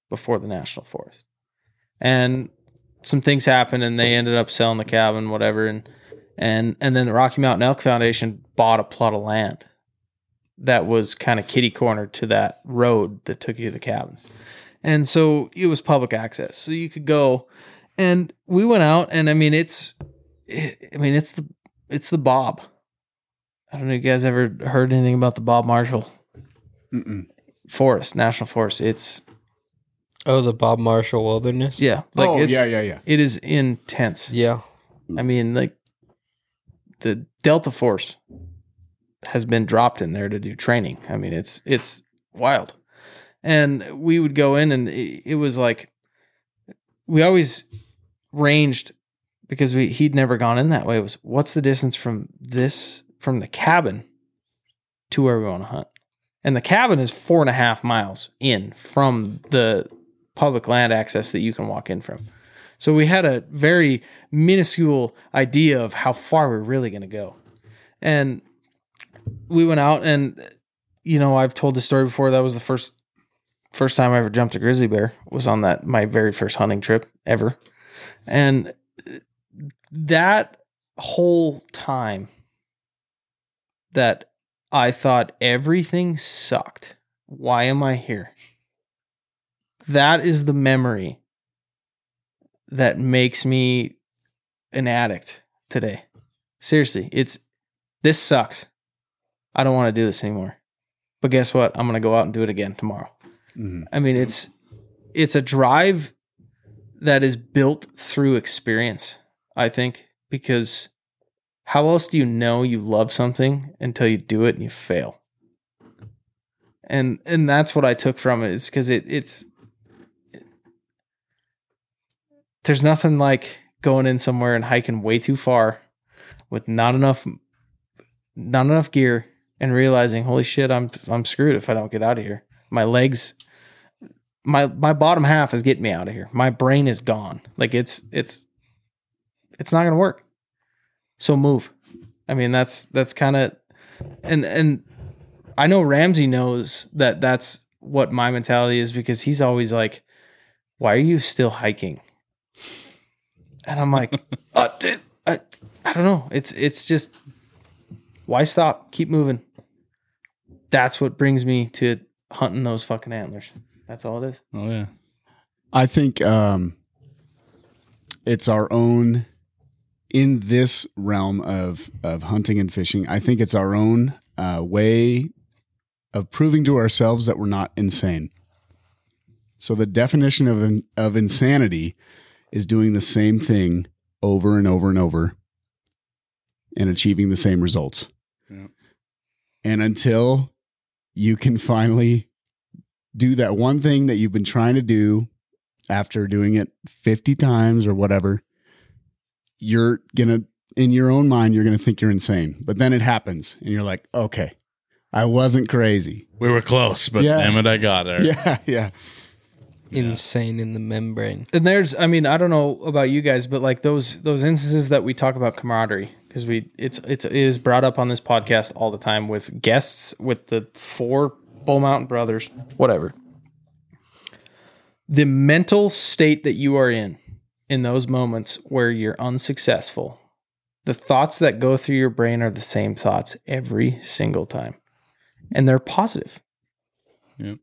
B: before the national forest and some things happened and they ended up selling the cabin, whatever, and and and then the Rocky Mountain Elk Foundation bought a plot of land that was kind of kitty corner to that road that took you to the cabins. And so it was public access. So you could go and we went out and I mean it's I mean it's the it's the Bob. I don't know if you guys ever heard anything about the Bob Marshall Forest, National Forest. It's
D: Oh, the Bob Marshall Wilderness?
B: yeah, like
E: oh
B: it's
E: yeah, yeah, yeah.
B: it is intense.
D: Yeah.
B: I mean, like the Delta Force has been dropped in there to do training. I mean, it's it's wild. And we would go in, and it, it was like we always ranged because we he'd never gone in that way. It was what's the distance from this from the cabin to where we want to hunt? And the cabin is four and a half miles in from the public land access that you can walk in from. So we had a very minuscule idea of how far we're really going to go. And we went out and you know, I've told this story before. That was the first first time I ever jumped a grizzly bear was on that my very first hunting trip ever. And that whole time that I thought everything sucked. Why am I here? That is the memory that makes me an addict today. Seriously, it's this sucks. I don't want to do this anymore. But guess what? I'm going to go out and do it again tomorrow.
E: Mhm.
B: I mean, it's it's a drive that is built through experience, I think, because how else do you know you love something until you do it and you fail? And and that's what I took from it is because it it's there's nothing like going in somewhere and hiking way too far with not enough not enough gear and realizing holy shit I'm I'm screwed if I don't get out of here. My legs my my bottom half is getting me out of here. My brain is gone. Like it's it's it's not going to work. So move. I mean that's that's kind of and and I know Ramsey knows that that's what my mentality is because he's always like why are you still hiking? And I'm like, uh, dude, I, I don't know. It's it's just why stop? Keep moving. That's what brings me to hunting those fucking antlers. That's all it is.
C: Oh yeah.
E: I think um, it's our own in this realm of of hunting and fishing. I think it's our own uh, way of proving to ourselves that we're not insane. So the definition of in- of insanity is doing the same thing over and over and over and achieving the same results.
C: Yeah.
E: And until you can finally do that one thing that you've been trying to do after doing it 50 times or whatever, you're going to, in your own mind, you're going to think you're insane. But then it happens and you're like, okay, I wasn't crazy.
C: We were close, but
E: Yeah.
C: damn it, I got there.
E: Yeah, yeah.
D: Insane in the membrane.
B: And there's, I mean, I don't know about you guys, but like those those instances that we talk about camaraderie because we it's it's it is brought up on this podcast all the time with guests with the four Bull Mountain brothers, whatever. The mental state that you are in in those moments where you're unsuccessful, the thoughts that go through your brain are the same thoughts every single time, and they're positive.
C: Yep.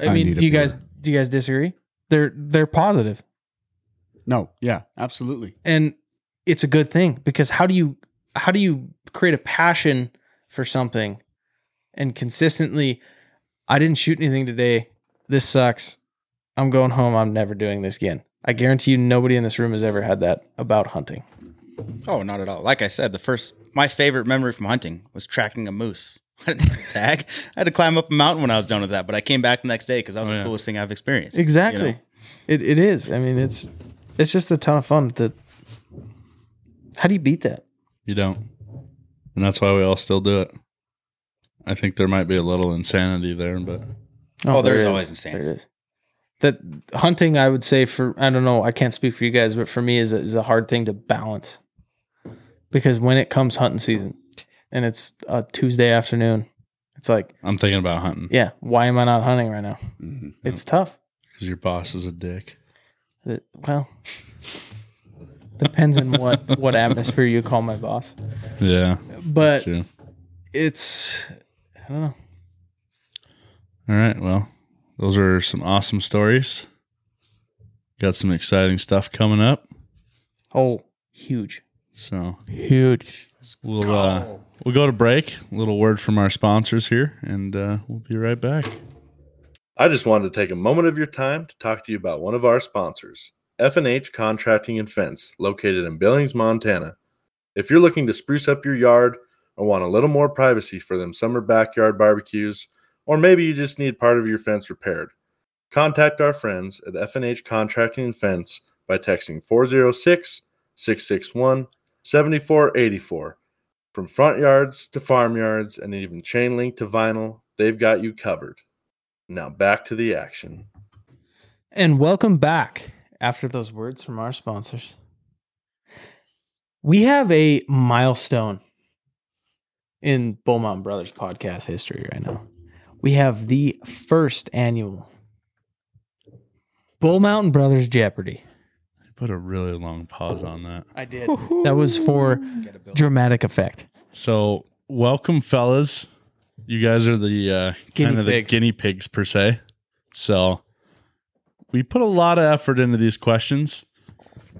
B: I,
E: I
B: mean,
E: need a
B: do you guys
E: beer.
B: do you guys disagree? They're they're positive
E: No, yeah, absolutely.
B: and it's a good thing because how do you how do you create a passion for something and consistently i didn't shoot anything today this sucks i'm going home i'm never doing this again i guarantee you nobody in this room has ever had that about hunting
F: Oh, not at all. Like I said, the first my favorite memory from hunting was tracking a moose. I didn't have a tag. I had to climb up a mountain when I was done with that, but I came back the next day because that was
C: Oh,
F: the
C: yeah.
F: coolest thing I've experienced. you know?
B: exactly it, it is i mean it's it's just a ton of fun that how do you beat that
C: You don't. And that's why we all still do it. I think there might be a little insanity there, but
F: Oh,
B: there
F: there's
B: is.
F: always insanity.
B: There is. That hunting, I would say for I don't know, I can't speak for you guys, but for me is a, is a hard thing to balance because when it comes hunting season, and it's a Tuesday afternoon, it's like,
C: I'm thinking about hunting
B: yeah, why am I not hunting right now?
E: Mhm.
B: It's tough.
C: because your boss is a dick.
B: It- well, depends on what what atmosphere you call my boss,
C: Yeah.
B: but
C: true.
B: it's I don't know.
C: All right. Well, those are some awesome stories. Got some exciting stuff coming up.
B: Oh, huge.
C: So huge. We'll uh, we'll go to break. A little word from our sponsors here, and uh, we'll be right back.
A: I just wanted to take a moment of your time to talk to you about one of our sponsors, F&H Contracting and Fence, located in Billings, Montana. If you're looking to spruce up your yard or want a little more privacy for them summer backyard barbecues, or maybe you just need part of your fence repaired, contact our friends at F&H Contracting and Fence by texting 406-661-7484. From front yards to farmyards and even chain link to vinyl, they've got you covered. Now back to the action.
B: And welcome back after those words from our sponsors. We have a milestone in Beaumont Brothers podcast history right now. We have the first annual Bull Mountain Brothers Jeopardy.
C: Put a really long pause on that.
B: I did. That was for dramatic effect.
C: So, welcome, fellas. You guys are the uh,
B: Guinea
C: kind of the
B: pigs.
C: guinea pigs per se. So, we put a lot of effort into these questions.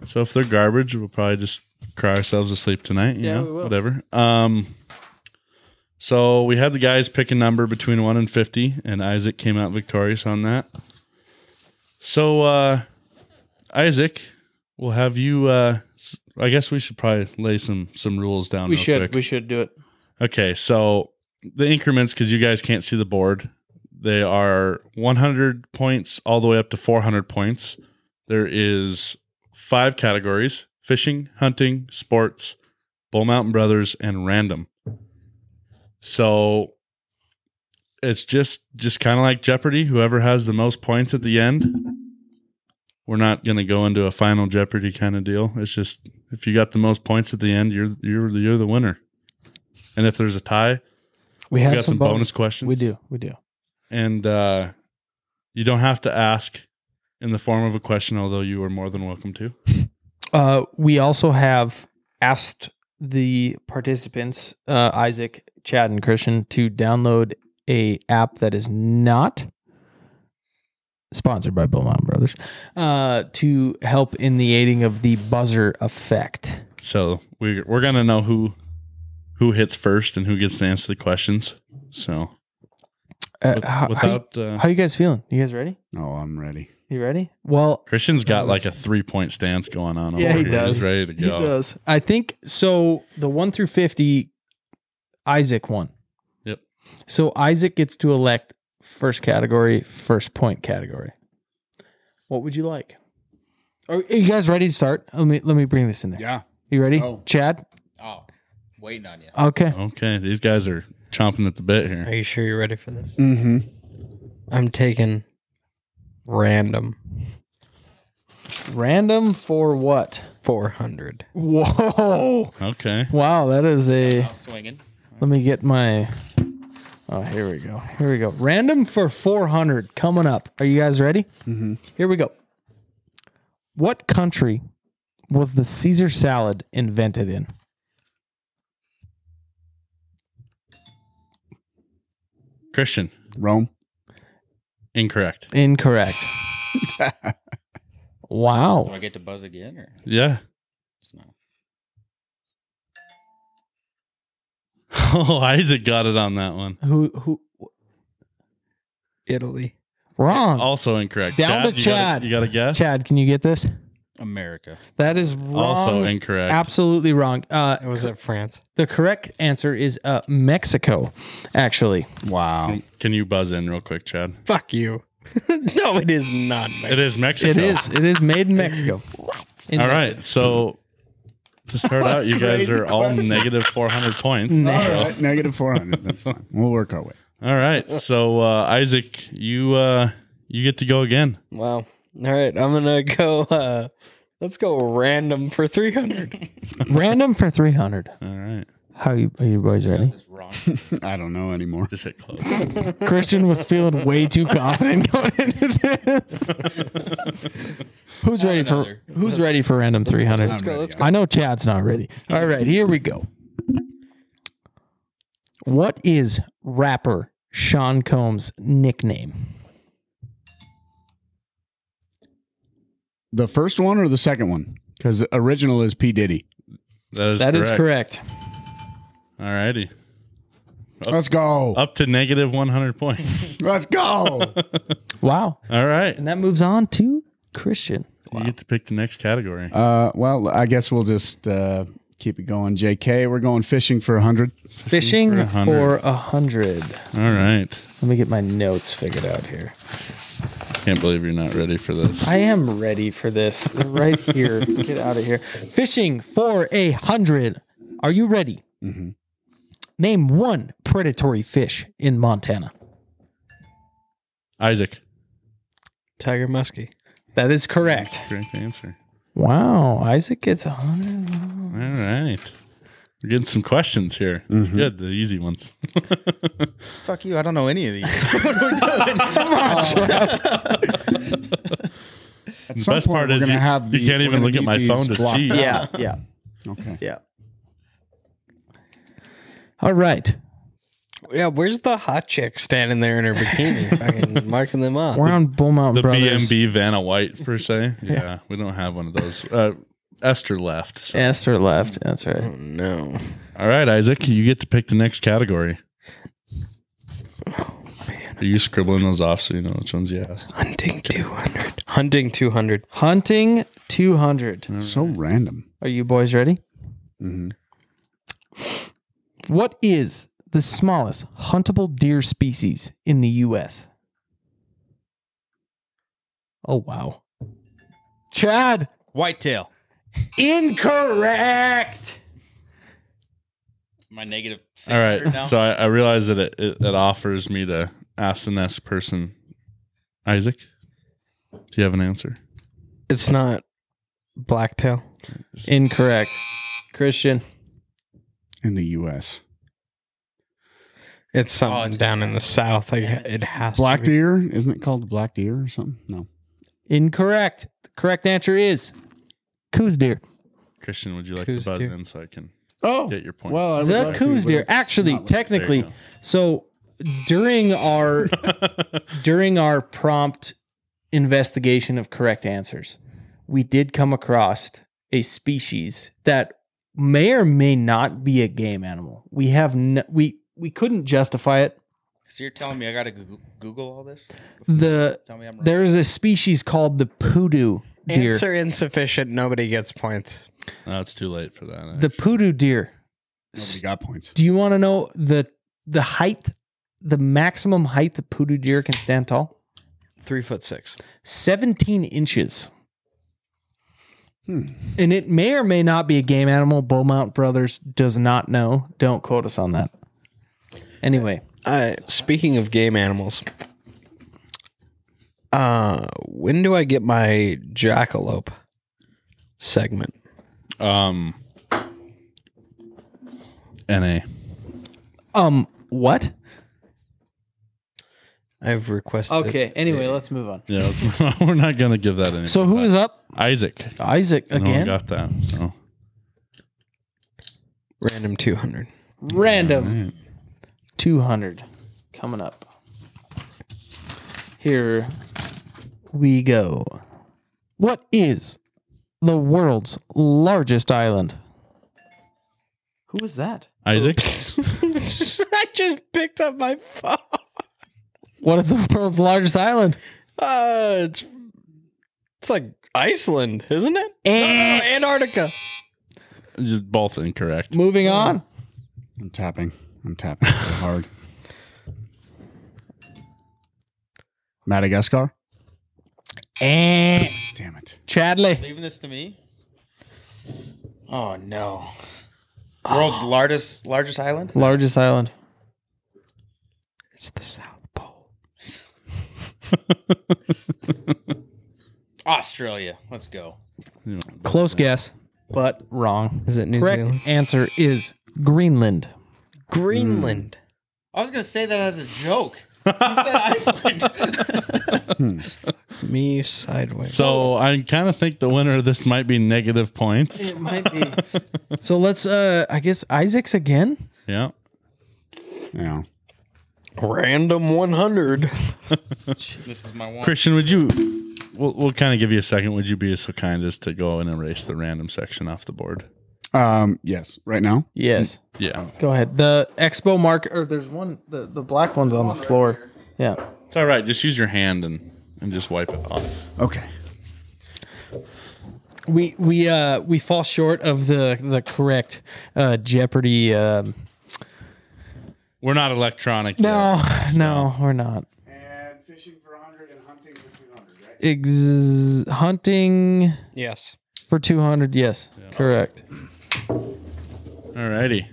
C: So, if they're garbage, we'll probably just cry ourselves to sleep tonight. You
B: Yeah,
C: know,
B: we will.
C: whatever. Um, so we had the guys pick a number between one and fifty, and Isaac came out victorious on that. So, uh, Isaac, we'll have you. Uh, s- I guess we should probably lay some some rules down.
B: We
C: real
B: should
C: quick.
B: we should do it.
C: Okay, so the increments, because you guys can't see the board, they are 100 points all the way up to 400 points. There is five categories: fishing, hunting, sports, Bull Mountain Brothers, and random. So it's just just kind of like Jeopardy. Whoever has the most points at the end, we're not going to go into a final Jeopardy kind of deal. It's just if you got the most points at the end, you're you're you're the winner. And if there's a tie,
B: We
C: we
B: have
C: got
B: some,
C: some bonus questions.
B: We do. We do.
C: And uh, you don't have to ask in the form of a question, although you are more than welcome to.
B: Uh, we also have asked the participants, uh, Isaac, Chad, and Christian, to download a app that is not sponsored by Beaumont Brothers uh, to help in the aiding of the buzzer effect.
C: So we're, we're going to know who who hits first and who gets to answer the questions. So
B: Uh,
C: with-
B: how, how, you-
C: without uh,
B: how you guys feeling? You guys ready?
E: Oh, I'm ready.
B: You ready? Well,
C: Christian's got like a three point stance going on.
B: Yeah,
C: over
B: he
C: here. He's
B: does.
C: ready to
B: He
C: go.
B: does. I think so. The one through fifty, Isaac won.
C: Yep.
B: So Isaac gets to elect first category, first point category. What would you like? Are, are you guys ready to start? Let me let me bring this in there.
E: Yeah.
B: You ready,
E: go.
B: Chad?
F: Oh, waiting on you.
B: Okay.
C: Okay, these guys are chomping at the bit
D: Are
C: here.
D: you sure you're ready for this?
E: Mm-hmm.
D: I'm taking random
B: Random for what?
D: 400.
B: Whoa!
C: Okay.
B: Wow, that is a.
F: Swinging.
B: Let me get my. Oh, here we go. Here we go. Random for 400 coming up. Are you guys ready? Mm-hmm. Here we go. What country was the Caesar salad invented in?
C: Christian,
E: Rome.
C: incorrect.
B: Incorrect. wow.
F: I get to buzz again or
C: Yeah.
F: it's not?
C: Oh, Isaac got it on that one.
B: Who who
D: Italy.
B: wrong?
C: Also incorrect.
B: Down to
C: you gotta-
B: Chad.
C: You got to guess?
B: Chad, can you get this?
F: America.
B: That is wrong.
C: Also incorrect.
B: Absolutely wrong. Uh,
D: It was at France.
B: the correct answer is uh, Mexico, actually.
E: Wow.
C: Can you buzz in real quick, Chad?
D: Fuck you. no, it is not.
C: It is Mexico.
B: It is. It is made in Mexico.
C: All right. So to start out, you guys
E: Crazy
C: are all
E: question.
C: negative 400 points.
E: All right, negative 400. That's fine. We'll work our way.
C: All right. So uh, Isaac, you uh, you get to go again.
D: Wow. All right. I'm going to go. Uh, let's go random for 300.
B: Random for 300.
C: All right.
B: How you, are you boys ready?
E: I don't know anymore.
C: Just hit close.
B: Christian was feeling way too confident going into this. who's ready for Who's ready for random 300?
E: I'm ready.
B: I know Chad's not ready. All right, here we go. What is rapper Sean Combs' nickname?
E: The first one or the second one? Because original is P Diddy.
C: That is
B: That is
C: correct.
B: correct.
C: All righty.
E: Let's go.
C: Up to negative 100 points.
E: Let's go.
B: Wow.
C: All right.
B: And that moves on to Christian.
C: You get to pick the next category.
E: uh, well, I guess we'll just uh, keep it going. JK, we're going fishing for 100.
B: Fishing for
C: 100.
B: a 100.
C: All right.
B: Let me get my notes figured out here.
C: Can't believe you're not ready for this.
B: I am ready for this. They're right here. Get out of here. Fishing for a hundred. Are you ready? Name one predatory fish in Montana.
C: Isaac.
D: Tiger Muskie.
B: That is correct.
C: Correct answer.
B: Wow, Isaac gets a hundred.
C: All right. We're getting some questions here. It's
B: Mm-hmm.
C: good. The easy ones.
F: Fuck you. I don't know any of these. what are we doing? Come on.
E: At
C: The best part is you, you
E: these-
C: can't
E: we're
C: even
E: gonna
C: look at
E: need
C: my
E: these
C: phone to
E: blocked
C: cheat.
G: Yeah, yeah,
E: Okay.
G: yeah.
B: All right,
D: Yeah, where's the hot chick standing there in her bikini, fucking marking them up?
B: we're on Bull Mountain
C: The
B: Brothers.
C: BMB Vanna White per se. Yeah, we don't have one of those. Uh, Esther left. So.
B: Esther left. That's right.
D: Oh, no.
C: All right, Isaac, you get to pick the next category. Are you scribbling those off so you know which ones you asked?
D: Hunting 200. Hunting 200.
B: Hunting 200.
E: So random.
B: Are you boys ready?
E: Mm-hmm.
B: What is the smallest huntable deer species in the U.S.? Oh, wow. Chad,
F: Whitetail.
B: incorrect.
F: My negative
C: All right,
F: now.
C: so I, I realize that it, it, it offers me to ask the next person. Isaac, do you have an answer?
D: It's not blacktail.
B: Incorrect. Christian.
E: In the U.S.,
D: Oh, It's something down in the south. Like it has to
E: black
D: be.
E: deer isn't it called black deer or something? No.
B: Incorrect. The correct answer is coos deer.
C: Christian, would you like
D: Coos
C: to buzz
D: deer.
C: in so I can
E: Oh,
C: get your points?
E: well, I would
B: The
E: like to,
B: coos
E: but
B: deer.
E: it's
B: Actually,
E: not like-
B: technically,
C: There
B: so during our during our prompt investigation of correct answers, we did come across a species that may or may not be a game animal. We have no, we we couldn't justify it.
F: So you're telling me I got to Google all this?
B: The
F: Tell me I'm wrong.
B: there is a species called the poodoo deer.
D: Answer insufficient. Nobody gets points.
C: no, it's too late for that.
B: The poodoo deer.
E: nobody got points.
B: Do you want to know the the height, the maximum height the poodoo deer can stand tall?
D: Three foot six.
B: 17 inches. And it may or may not be a game animal. Beaumont Brothers does not know. Don't quote us on that. Anyway,
D: Uh, speaking of game animals, uh, when do I get my jackalope segment?
C: Um, NA.
B: um, what?
D: I've requested.
B: Okay. Anyway, let's move on.
C: Yeah, let's- we're not gonna give that any.
B: So who is up?
C: Isaac?
B: Isaac
C: No one
B: again.
C: got that. So
D: Random 200.
B: Random. 200 coming up. Here we go. What is the world's largest island? Who was that?
C: Isaac,
D: I just picked up my phone.
B: What is the world's largest island?
D: Uh, it's, it's like Iceland, isn't it?
B: Eh.
D: Oh, Antarctica.
C: you're both incorrect.
B: Moving on.
E: I'm tapping. I'm tapping so hard. Madagascar.
B: Eh.
E: Damn it.
B: Chadley.
F: Leaving this to me? Oh, no.
B: Ah.
F: World's largest largest island?
B: Largest island.
D: It's the South Pole.
F: Australia. Let's go.
B: Close guess, but wrong.
D: Is it New
B: Correct
D: Zealand?
B: answer is Greenland.
D: Greenland.
F: I was going to say that as a joke. You said Iceland.
D: Me sideways.
C: So I kind of think the winner of this might be negative points.
B: might be. so let's uh I guess Isaac's again.
C: Yeah.
E: Yeah.
D: Random 100.
F: this is my one.
C: Christian, would you? We'll, we'll kind of give you a second. Would you be so kind as to go and erase the random section off the board?
E: Um. Yes. Right now.
B: Yes.
C: Yeah.
B: Go ahead. The expo mark or there's one the, the black one's on the floor. Yeah.
C: It's all right. Just use your hand and and just wipe it off.
E: Okay.
B: We we uh we fall short of the the correct uh Jeopardy um
C: We're not electronic.
B: No, no, we're not.
E: And fishing for 100 and hunting for 200, right?
B: Ex- hunting
D: Yes.
B: for 200. Yes. Correct.
C: Yet. All righty.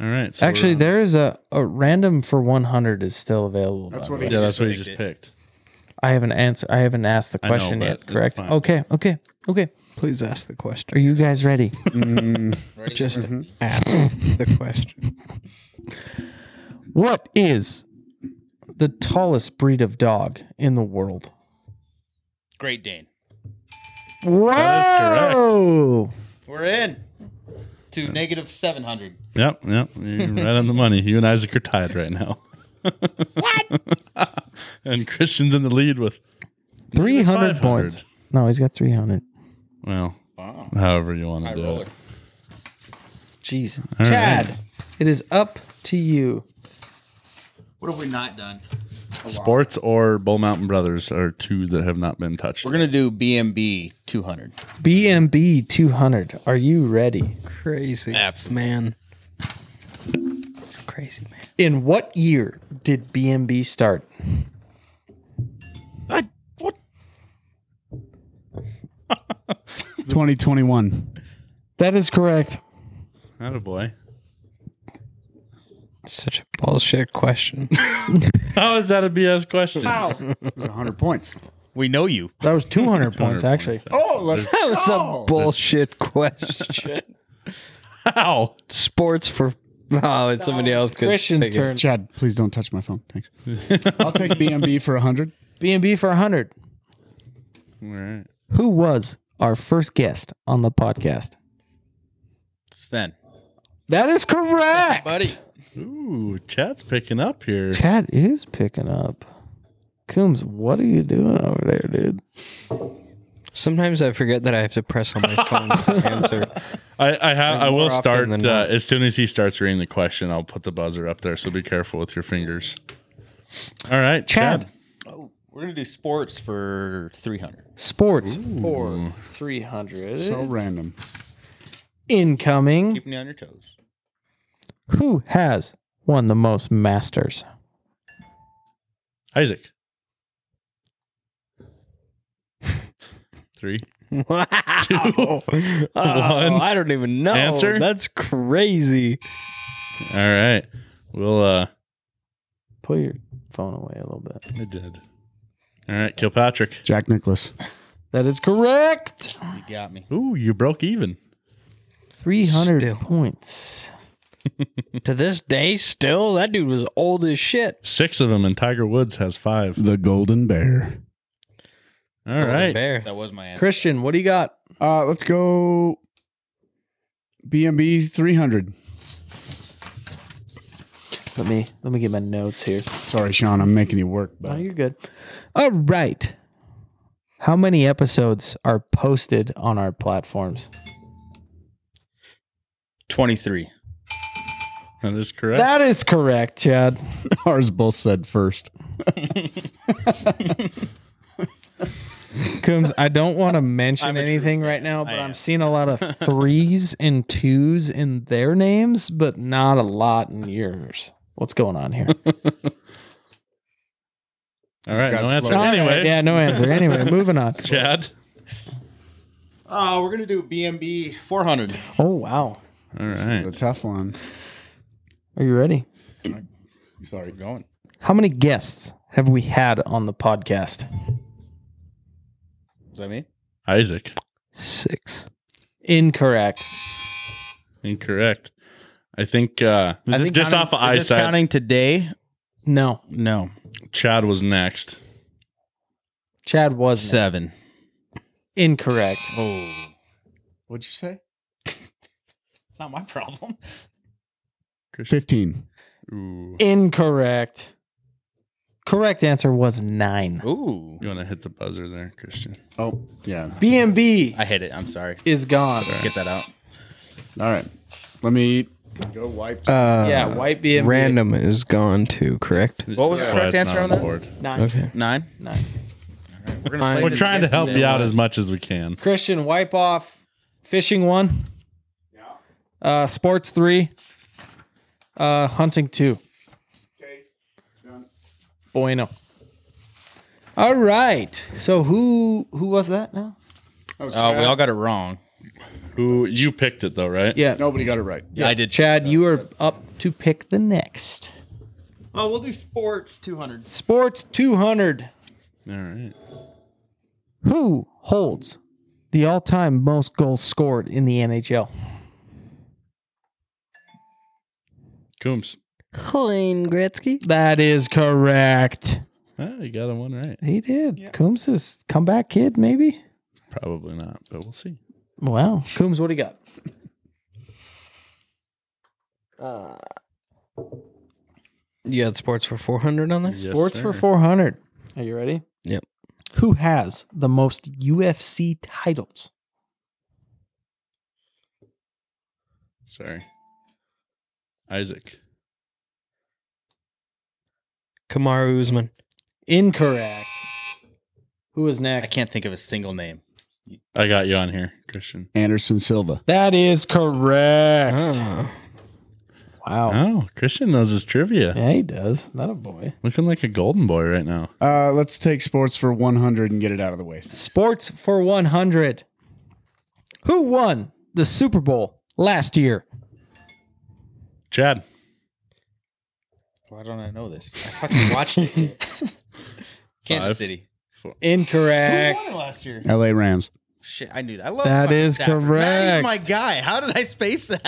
C: All right. So we're
B: Actually,
C: on-
B: there is a a random for 100 is still available. by
E: That's
B: the
E: what
B: way.
E: he
C: yeah,
E: did.
C: that's what you just picked.
B: I haven't answered. I haven't asked the
C: I know,
B: question
C: but
B: yet.
C: it's
B: Correct.
C: fine.
B: Okay. Okay. Okay.
G: Please ask the question.
B: Are you Mm-hmm. guys ready?
G: Just ask the question.
B: what is the tallest breed of dog in the world?
F: Great Dane.
B: Whoa!
F: We're in to negative 700.
C: Yep, yep. You're right on the money. You and Isaac are tied right now. what? and Christian's in the lead with
B: Three hundred
C: 500.
B: points. No, he's got three hundred.
C: well, however you want to do it.
G: Jeez.
C: All
G: Chad,
C: right.
G: it is up to you.
F: What have we not done?
C: Sports or Bull Mountain Brothers are two that have not been touched.
F: We're going to do BMB 200.
B: BMB two hundred. Are you ready?
D: Crazy.
F: Absolutely.
D: Man. It's crazy, man.
B: In what year did BMB start?
F: I, what?
E: 2021.
B: That is correct.
C: Not a boy.
D: Such a bullshit question.
C: How is that a BS question?
E: 100 points.
F: We know you.
B: That was two hundred points
C: 200
B: actually.
E: Oh, let's
D: that was a bullshit question.
C: How?
D: Sports for oh, it's somebody else. could
B: Christian's
D: figure-
B: turn.
E: Chad, please don't touch my phone. Thanks. I'll take BMB for 100.
B: BMB for hundred.
C: All right.
B: Who was our first guest on the podcast?
F: Sven.
B: That is correct.
F: Buddy.
C: Ooh, Chad's picking up here.
B: Chad is picking up. Coombs, what are you doing over there, dude?
D: Sometimes I forget that I have to press on my phone to answer.
C: I, I have. I
D: More
C: will
D: often
C: start
D: than
C: uh,
D: not.
C: as soon as he starts reading the question. I'll put the buzzer up there. So be careful with your fingers. All right, Chad.
B: Chad.
F: Oh, we're going to do sports for 300.
B: Sports.
G: For 300.
E: So random.
B: Incoming.
F: Keeping you on your toes.
B: Who has won the most Masters?
C: Isaac. Three.
D: Wow. Oh, I don't even know.
C: Answer?
D: That's crazy.
C: All right. We'll. uh
B: Put your phone away a little bit.
C: I did. All right, Kilpatrick.
E: Jack Nicholas.
B: That is correct.
F: You got me.
C: Ooh, you broke even.
B: 300
D: Still.
B: points.
D: To this day, still, that dude was old as shit.
C: Six of them, and Tiger Woods has five.
E: The Golden Bear.
C: All right.
D: Bear.
F: That was my answer.
G: Christian, what do you got?
E: Uh, let's go BMB 300.
B: Let me let me get my notes here.
E: Sorry, Sean, I'm making you work.
B: Oh,
E: But
B: you're good. All right. How many episodes are posted on our platforms?
F: 23.
C: That is correct.
B: That is correct, Chad.
E: ours both said first.
B: Coombs, I don't want to mention
F: I'm a true
B: anything right now,
F: I
B: but
F: am.
B: I'm seeing a lot of threes and twos in their names, but not a lot in yours. What's going on here?
C: All right.
F: Got
C: No answer.
F: slow.
B: All right,
C: Anyway,
B: yeah, no answer. Anyway, moving on.
C: Chad.
F: Oh, we're going to do BMB 400.
B: Oh wow,
C: All
E: The
C: right.
E: tough one.
B: are you ready?
F: Sorry, going.
B: How many guests have we had on the podcast?
F: Is that me?
C: Isaac.
D: Six.
B: Incorrect.
C: Incorrect. I think uh
F: Is
C: I
F: this
C: think just
F: counting-
C: off of
F: is this
C: eyesight.
F: counting today?
B: No,
F: No.
C: Chad was next.
B: Chad was
F: Seven.
B: incorrect.
F: Oh.
E: What'd you say?
F: It's not my problem.
E: 15.
C: Ooh.
B: Incorrect. Correct answer was nine.
F: Ooh.
C: You want to hit the buzzer there, Christian?
E: Oh, yeah.
B: BMB
F: I hit it. I'm sorry.
B: is gone.
F: Let's get that out.
E: All right. Let me go wipe.
D: Uh,
B: Yeah, white BMB.
D: Random is gone too, correct?
F: What was the
C: That's why
F: correct
C: it's
F: answer
C: not
F: on that?
C: board.
B: Nine.
D: Okay.
F: Nine.
B: Nine.
F: We're, gonna
D: Fine.
F: play
D: We're
C: We're
F: this
C: trying to
F: against
C: help
F: them.
C: you out as much as we can.
B: Christian, wipe off fishing one. Uh, sports three. Uh, hunting two. Bueno. All right. So who who was that now?
F: Uh, we all got it wrong.
C: Who you picked it though, right?
B: Yeah.
E: Nobody got it right.
F: Yeah, I did.
B: Chad, you are up to pick the next
F: Oh, we'll do sports 200.
B: sports two hundred.
C: All right.
B: Who holds the all time most goals scored in the NHL?
C: Coombs.
D: Colin Gretzky.
B: That is correct.
C: Ah, you got a one right.
B: He did. Coombs is comeback kid, maybe?
C: Probably not, but we'll see.
B: Wow. Coombs, what do you got?
D: Uh, you got sports for 400 on there?
C: Yes,
B: Sports for
C: sir.
B: 400. Are you ready?
D: Yep.
B: Who has the most UFC titles?
C: Sorry. Isaac.
D: Kamaru Usman.
B: Incorrect. Who is
F: I
B: next?
F: can't think of a single name.
C: I got you on here, Christian.
E: Anderson Silva.
B: That is correct.
D: Ah.
E: Wow.
C: Oh, Christian knows his trivia.
B: Yeah, he does. Not a boy.
C: Looking like a golden boy right now.
E: Uh, let's take sports for 100 and get it out of the way.
B: Sports for 100. Who won the Super Bowl last year?
C: Chad.
F: Why don't I know this? I fucking watched it. Kansas
C: Five.
F: City. Who
B: Incorrect.
F: won it last year?
E: LA Rams.
F: Shit, I knew that. I love
B: That
F: fucking
B: is
F: Stafford. That
B: correct.
F: is my guy. How did I space that?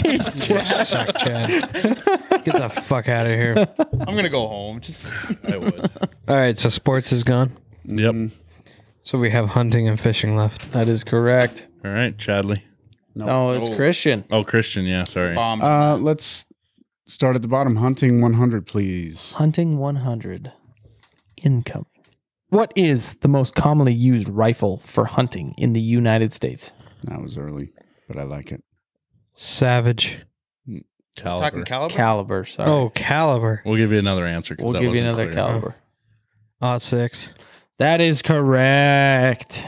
B: Jeez, Chad.
D: Suck, Chad. Get the fuck out of here.
F: I'm gonna go home. Just
C: I would.
D: All right, so sports is gone.
C: yep.
B: Mm-hmm.
D: So we have hunting and fishing left.
B: That is correct.
C: All right, Chadley.
B: No, it's Christian.
C: Oh, Christian. Yeah, sorry.
F: bomb.
E: Uh, let's start at the bottom. Hunting 100, please.
B: Hunting 100. Incoming. What is the most commonly used rifle for hunting in the United States?
E: That was early, but I like it.
D: Savage.
C: Caliber.
F: Talking caliber.
B: Caliber, sorry.
D: Oh, caliber.
C: We'll give you another answer. 'cause
B: we'll
C: that
B: give you
C: wasn't
B: another
C: clear.
B: caliber.
D: Odd six.
B: That is correct.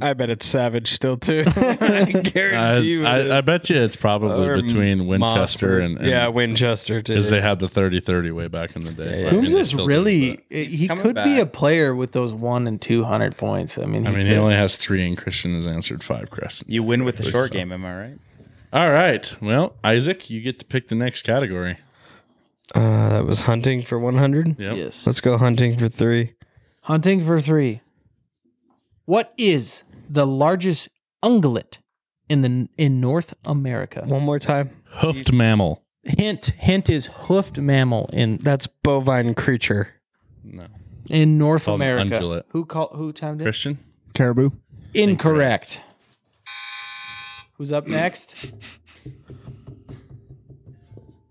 D: I bet it's savage still too. I guarantee you. it
C: I,
D: is.
C: I, I bet you it's probably
D: Or
C: between Winchester
D: Mossberg.
C: and, and
D: yeah, Winchester too.
C: because they had the 30-30 way back in the day.
D: Yeah,
C: I mean,
B: Coombs
C: they
B: is
C: still do,
B: really, eh,
C: but-
B: he
F: coming
B: could be
F: back.
B: a player with those one and 200 points. I mean,
C: I mean, he
B: could.
C: only has three, and Christian has answered five questions.
F: You win with the short
C: So-
F: game, am I right?
C: All right. Well, Isaac, you get to pick the next category.
D: uh, that was hunting for one hundred.
C: Yep.
B: Yes.
D: Let's go hunting for three.
B: Hunting for three. What is the largest ungulate in the in North America?
D: One more time.
C: Hoofed mammal.
B: Hint hint is hoofed mammal in
D: That's bovine creature.
C: No.
B: in North
C: Called an
B: America.
C: ungulate.
B: Who call who timed it?
C: Christian?
E: Caribou.
B: Incorrect. Who's up next?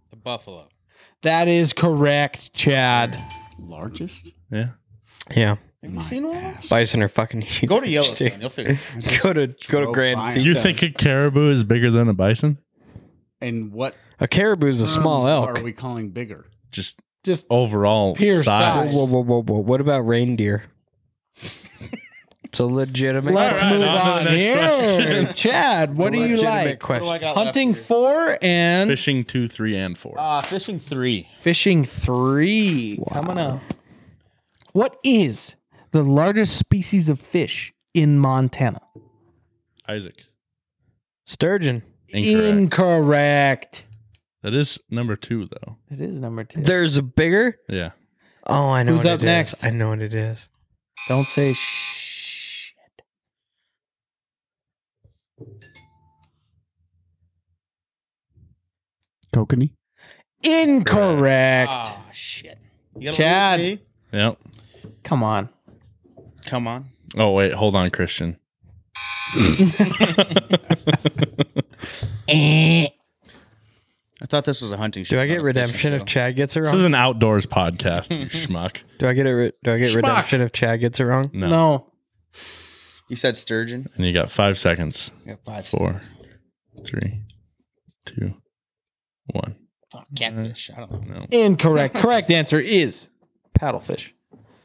F: The buffalo.
B: that is correct, Chad.
E: Largest?
C: Yeah.
D: Yeah,
F: Have you seen one?
D: bison are fucking huge.
F: Go to Yellowstone. You'll figure. it out.
D: go to go to
E: Go
D: Grand
E: lion.
D: Teton.
C: You think a caribou is bigger than a bison?
E: And what
D: A caribou is a small
E: terms
D: elk.
E: are we calling bigger?
C: Just
B: Just
C: overall
B: Pure
D: Whoa,
C: size.
B: size.
D: whoa, whoa, whoa, whoa! What about reindeer? it's a legitimate.
B: let's
C: All right,
B: move
C: on to
B: on,
C: the next
B: here.
C: question.
B: Chad, what do you
D: Legitimate
B: like?
D: Question.
F: got left
B: Hunting
F: here?
B: four and
C: Fishing two, three, and four.
F: Uh, fishing three.
B: Fishing three coming up. What is the largest species of fish in Montana?
C: Isaac.
D: Sturgeon.
C: Incorrect.
B: Incorrect.
C: that is number two, though.
B: It is number two.
D: There's a bigger.
C: Yeah.
D: Oh, I know.
B: Who's
D: what
B: up
D: it is.
B: next?
D: I know what it is.
B: Don't say shh.
E: Kokanee.
B: Incorrect.
F: Oh shit. You gotta
B: Chad.
F: leave me?
C: Yep.
B: Come on.
F: Come on.
C: Oh, wait. Hold on, Christian.
F: I thought this was a hunting show.
D: Do I
F: not
D: get
F: a fishing
D: redemption if
F: show.
D: Chad gets it
C: This is
D: wrong?
C: an outdoors podcast, you schmuck.
D: Do I get a re- do I get redemption if Chad gets it wrong?
B: Mm.
C: No.
B: No.
F: You said sturgeon.
C: And you got five seconds.
F: Yeah, five.
C: Four,
F: seconds.
C: three, two, one.
F: Fuck, catfish. I don't
C: No.
F: know.
B: Incorrect. Correct answer is paddlefish.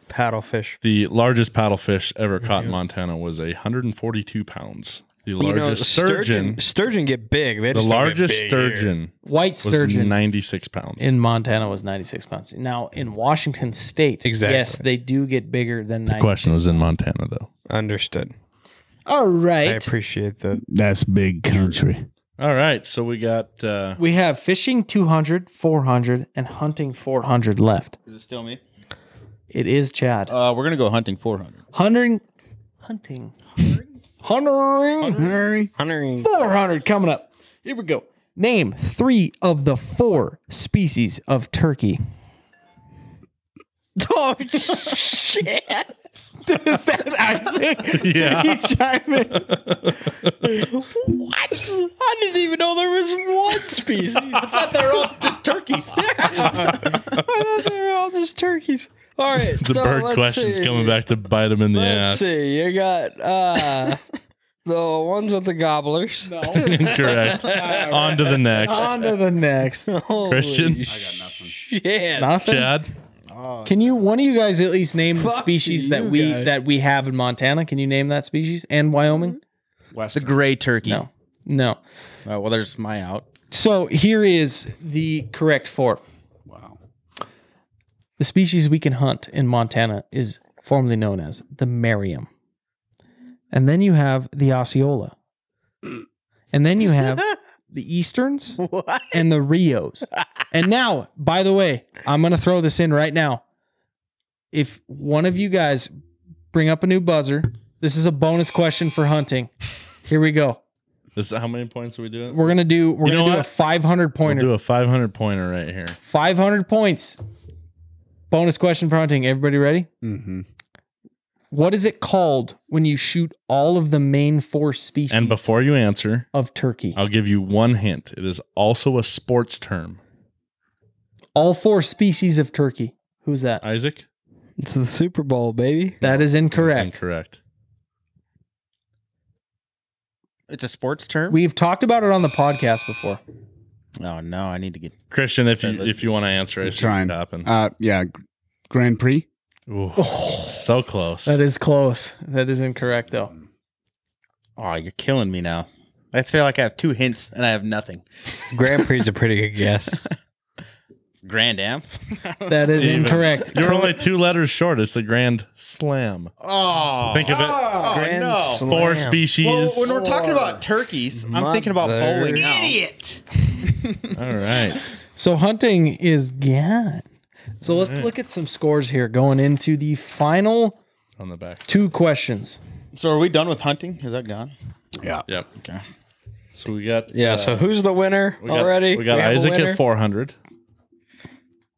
D: Paddlefish.
C: The largest paddlefish ever caught in Montana was 142 pounds. The largest
D: you know,
C: sturgeon,
D: sturgeon. Sturgeon get big. They
C: the
D: just don't get
C: largest
D: big here.
C: sturgeon
B: White
C: was
B: sturgeon
C: 96 pounds.
B: in Montana was 96 pounds. Now in Washington state,
D: Exactly.
B: yes, they do get bigger than
C: the
B: 90.
C: question was in Montana, though.
D: Understood.
B: All
D: I
B: right.
D: appreciate the
E: That's big country.
C: All right, so we got uh,
B: We have fishing 200, 400, and hunting 400 left.
F: Is it still me?
B: It is Chad.
F: Uh, we're gonna go hunting 400.
B: Hunting, hunting, hunting.
E: Hurry.
D: Hunting.
B: 400 coming up. Here we go. Name three of the four species of turkey.
D: Oh shit!
B: Is that Isaac?
C: Yeah.
B: He chime in.
D: What? I didn't even know there was one species. I
F: thought they're all just turkeys.
D: thought they were all just turkeys. All right,
C: The
D: so
C: bird
D: let's
C: question's
D: see.
C: coming back to bite him in the
D: Let's
C: ass.
D: see. You got uh, the ones with the gobblers.
C: Incorrect. On to the next.
B: On to the next.
D: Holy
C: Christian,
D: Shit.
B: Nothing.
C: Chad,
B: Can you one of you guys at least name the
D: Fuck
B: species
D: you
B: that we
D: guys.
B: that we have in Montana? Can you name that species and Wyoming?
F: It's a gray turkey.
B: No.
D: Mm-hmm.
B: No.
F: Uh, well, there's my out.
B: So here is the correct four. Wow. The species we can hunt in Montana is formerly known as the Merriam. And then you have the Osceola. And then you have the Easterns and the Rios. And now, by the way, I'm going to throw this in right now. If one of you guys bring up a new buzzer, this is a bonus question for hunting. Here we go.
C: this, how many points are we doing?
B: We're going to do we're
C: You
B: going
C: know
B: to do a
C: what?
B: 500
C: We'll
B: pointer.
C: do a 500 pointer right here.
B: 500 points. Bonus question for hunting. Everybody ready?
E: Mm-hmm.
B: What is it called when you shoot all of the main four species
C: And Uh, before you answer,
B: of turkey?
C: I'll give you one hint. It is also a sports term.
B: All four species of turkey. Who's that?
C: Isaac?
D: It's the Super Bowl, baby.
B: that is incorrect.
C: Incorrect.
F: It's a sports term.
B: We've talked about it on the podcast before.
F: oh no, I need to get.
C: Christian, if
F: Okay,
C: you
F: let's-
C: if you want to answer, I see
E: trying.
C: what happened.
E: Uh, yeah, Gr- Grand Prix.
C: Ooh, so close.
B: That is close. That is incorrect though.
F: Oh, you're killing me now. I feel like I have two hints and I have nothing.
D: Grand Prix is a pretty good guess.
F: Grand Am.
B: That is
C: Even.
B: incorrect.
C: You're only two letters short. It's the Grand Slam.
F: Oh,
C: Think of it.
F: Oh,
D: Grand
F: no.
D: Slam.
C: Four species.
F: Well, when we're talking about turkeys, I'm thinking about
D: Mother.
F: bowling. Idiot.
C: All right.
B: So hunting is gone. So let's
C: Mm.
B: look at some scores here going into the final
C: On the back.
B: two questions.
F: So are we done with hunting? Is that gone?
C: Yep.
F: Okay.
C: So we got
D: Yeah.
C: uh,
D: so who's the winner
C: we got,
D: already?
C: We got
D: have a
C: Isaac
D: winner?
C: at 400.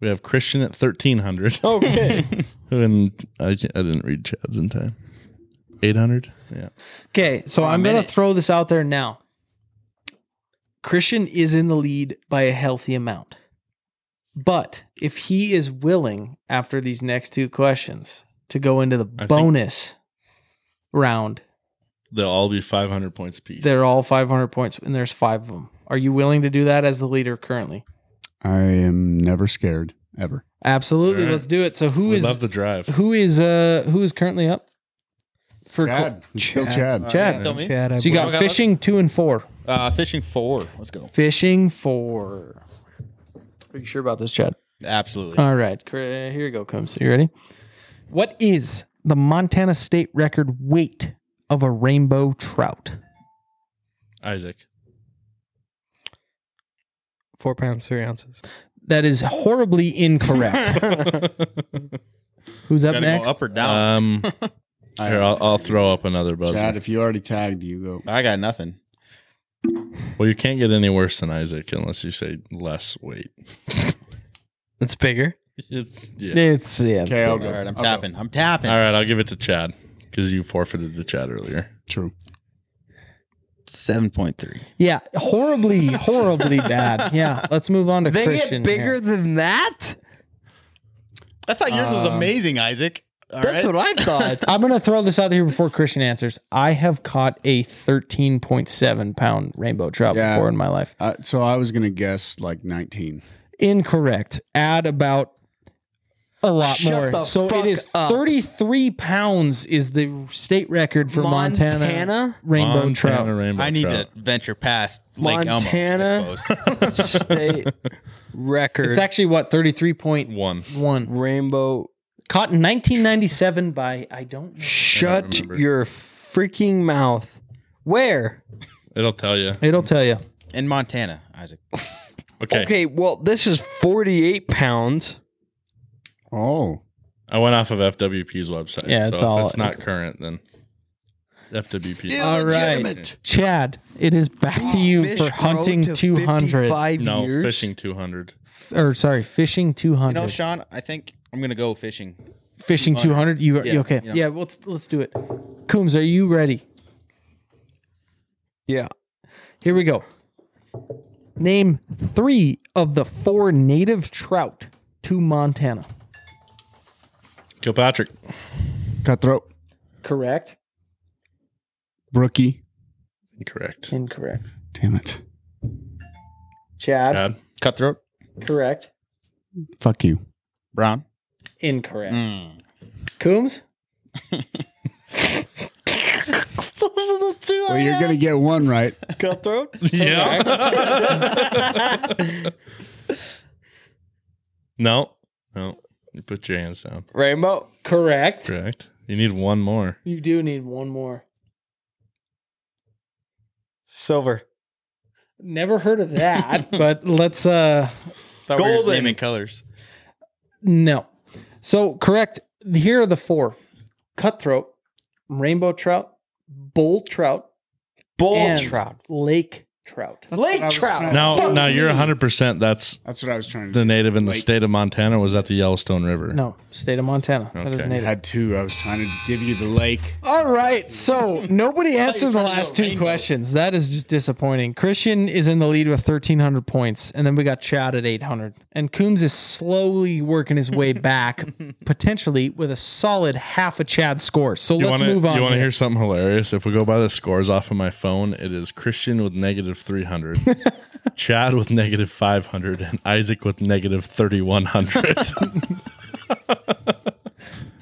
C: We have Christian at 1300.
D: Okay.
C: And I, I didn't read Chad's in time. 800? Yeah.
B: Okay, so I'm going to throw this out there now. Christian is in the lead by a healthy amount. But if he is willing after these next two questions to go into the
C: think-
B: bonus round,
C: They'll all be 500 points apiece.
B: they're all 500 points and there's five of them. Are you willing to do that as the leader currently?
E: I am never scared ever.
B: Absolutely,
C: All right.
B: let's do it. So who
C: we
B: is
C: love the drive.
B: who is uh who is currently up for
E: Chad, it's still Chad.
B: Chad.
F: Still me.
D: Chad, I
B: So you got fishing 2 and 4.
F: Uh, fishing four. Let's go.
B: Fishing 4. Are you sure about this, Chad?
F: Absolutely.
B: All right, cr- here you go, Combs. You ready? What is the Montana state record weight of a rainbow trout?
C: Isaac.
D: four pounds three ounces.
B: That is horribly incorrect. Who's up
F: Gotta
B: next?
F: go up or down.
C: Um,
E: I-
C: here, I'll, I'll throw up another buzzer.
E: Chad, if you already tagged, you go.
F: I got nothing.
C: Well, you can't get any worse than Isaac unless you say less weight.
D: It's bigger.
C: It's yeah.
B: it's yeah. it's-
E: Okay, I'll
F: All
E: go.
F: right, I'm
E: I'll go.
F: tapping. I'm tapping.
C: All right, I'll give it to Chad because you forfeited to Chad earlier.
E: True.
F: Seven point three.
B: Yeah, horribly, horribly bad. Yeah, let's move on to
D: They
B: Christian.
D: get bigger
B: here.
D: than that.
F: I thought yours was amazing, Isaac. All right.
D: That's what I thought.
B: I'm gonna throw this out here before Christian answers. I have caught a 13.7 pound rainbow trout
E: Yeah.
B: before in my life.
E: Uh, so I was gonna guess like 19.
B: Incorrect. Add about a lot
D: Shut
B: more.
D: the
B: So
D: fuck
B: it is
D: up.
B: 33 pounds is the state record for Montana,
D: Montana?
B: rainbow
C: Montana
B: trout.
C: Rainbow
F: I need
C: trout.
F: to venture past
D: Montana.
F: Lake Elmo. I suppose.
D: State record.
B: It's actually what 33.1.
C: one.
D: rainbow.
B: Caught in 1997 by I don't know.
D: Shut
C: remember.
D: your freaking mouth. Where?
C: It'll tell you.
B: It'll tell you.
F: In Montana, Isaac.
C: Okay.
D: Okay. well, this is 48 pounds.
E: Oh,
C: I went off of FWP's website.
B: Yeah, it's
C: so
B: all-
C: If it's not
B: it's-
C: current, then FWP.
B: All right,
C: Illegitimate.
B: Chad. It is back to you for hunting two hundred
C: No, fishing 200.
B: or sorry, fishing two
F: You
B: hundred.
F: know, Sean, I think I'm gonna go fishing.
B: fishing two hundred. You, you
F: Yeah,
B: okay?
F: yeah.
B: Yeah, well, let's let's do it. Coombs, are you ready?
D: Yeah.
B: Here we go. Name three of the four native trout to Montana.
C: Kilpatrick.
E: Cutthroat,
B: Correct.
E: brookie.
C: Incorrect.
B: Incorrect.
E: Damn it.
B: Chad.
C: Chad.
F: Cutthroat,
B: Correct.
E: Fuck you.
F: brown.
B: Incorrect. Hmm. Coombs.
E: Well, you're gonna get one right.
D: Cutthroat?
C: No. No. You put your hands down.
D: Rainbow?
B: Correct.
C: Correct. You need one more.
B: You do need one more.
D: Silver.
B: Never heard of that, but let's uh
F: Thought we were just
D: Golden.
F: naming colors.
B: no. So correct. Here are the four: cutthroat, rainbow trout, bull trout,
D: Bull
B: and
D: trout.
B: lake trout.
D: Lake trout.
C: Now, now you're 100%. That's
E: That's what I was trying to.
C: the
E: do.
C: native in the state of Montana was at the Yellowstone River.
B: No, state of Montana. That is
C: Okay.
E: I
B: native.
E: had two. I was trying to give you the lake.
B: All right. So nobody answered the last two questions. That is just disappointing. Christian is in the lead with 1,300 points, and then we got Chad at 800. And Coombs is slowly working his way back, potentially with a solid half a Chad score. So
C: You
B: let's
C: wanna,
B: move on.
C: You want to
B: here.
C: hear something hilarious? If we go by the scores off of my phone, it is Christian with negative 300, Chad with negative 500, and Isaac with negative 3100.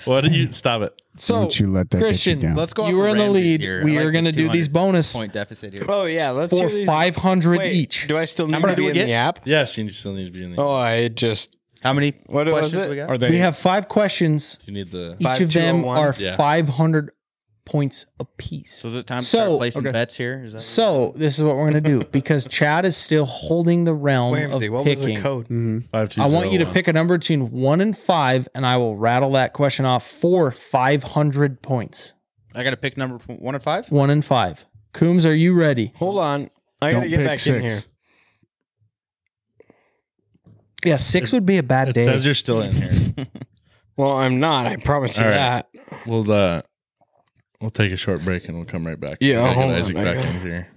C: what do you stop it?
B: So
E: Don't you let that get you
B: Christian,
E: down.
F: Let's go.
B: you
F: off of
B: were in the
F: Ramsey's
B: lead.
F: here.
B: We
F: I like
B: are going to
F: this
B: do these
F: 200
B: bonus
F: point deficit here.
D: Oh, yeah. Let's
B: for
D: do these-
B: 500
D: Wait,
B: each.
D: Do I still need
F: many
D: to
F: do
D: be
F: we
D: in
F: get?
D: the app?
C: Yes, you still need to be in the.
D: Oh, I just.
F: How many
D: What was
F: questions
D: it?
F: we got?
E: Are they?
B: We have five questions.
C: You need the.
B: Each of
E: oh
B: them
D: 5201?
B: are
C: Yeah.
B: 500 points apiece.
F: so is it time to
B: So-
F: start placing
E: Okay.
F: bets here? Is that
B: So this is what we're gonna do because Chad is still holding the realm
D: Ramsey,
B: of
D: what was the
B: picking.
D: code?
E: Mhm.
C: Five, two,
B: I want
C: zero,
B: you to
C: one.
B: pick a number between one and five, and I will rattle that question off for five hundred points.
F: I got to pick number one and five.
B: One and five. Coombs, are you ready?
D: Hold on. I
E: Don't
D: gotta get
E: pick
D: back in
E: six.
D: here.
B: Yeah, six would be a bad
C: It
B: day.
C: says you're still in here.
D: Well, I'm not. I promise you
C: All right.
D: that.
C: we'll uh, we'll take a short break and we'll come right back.
D: Yeah,
C: Gotta get
D: hold on,
C: Isaac
D: I
C: back
D: got-
C: in here.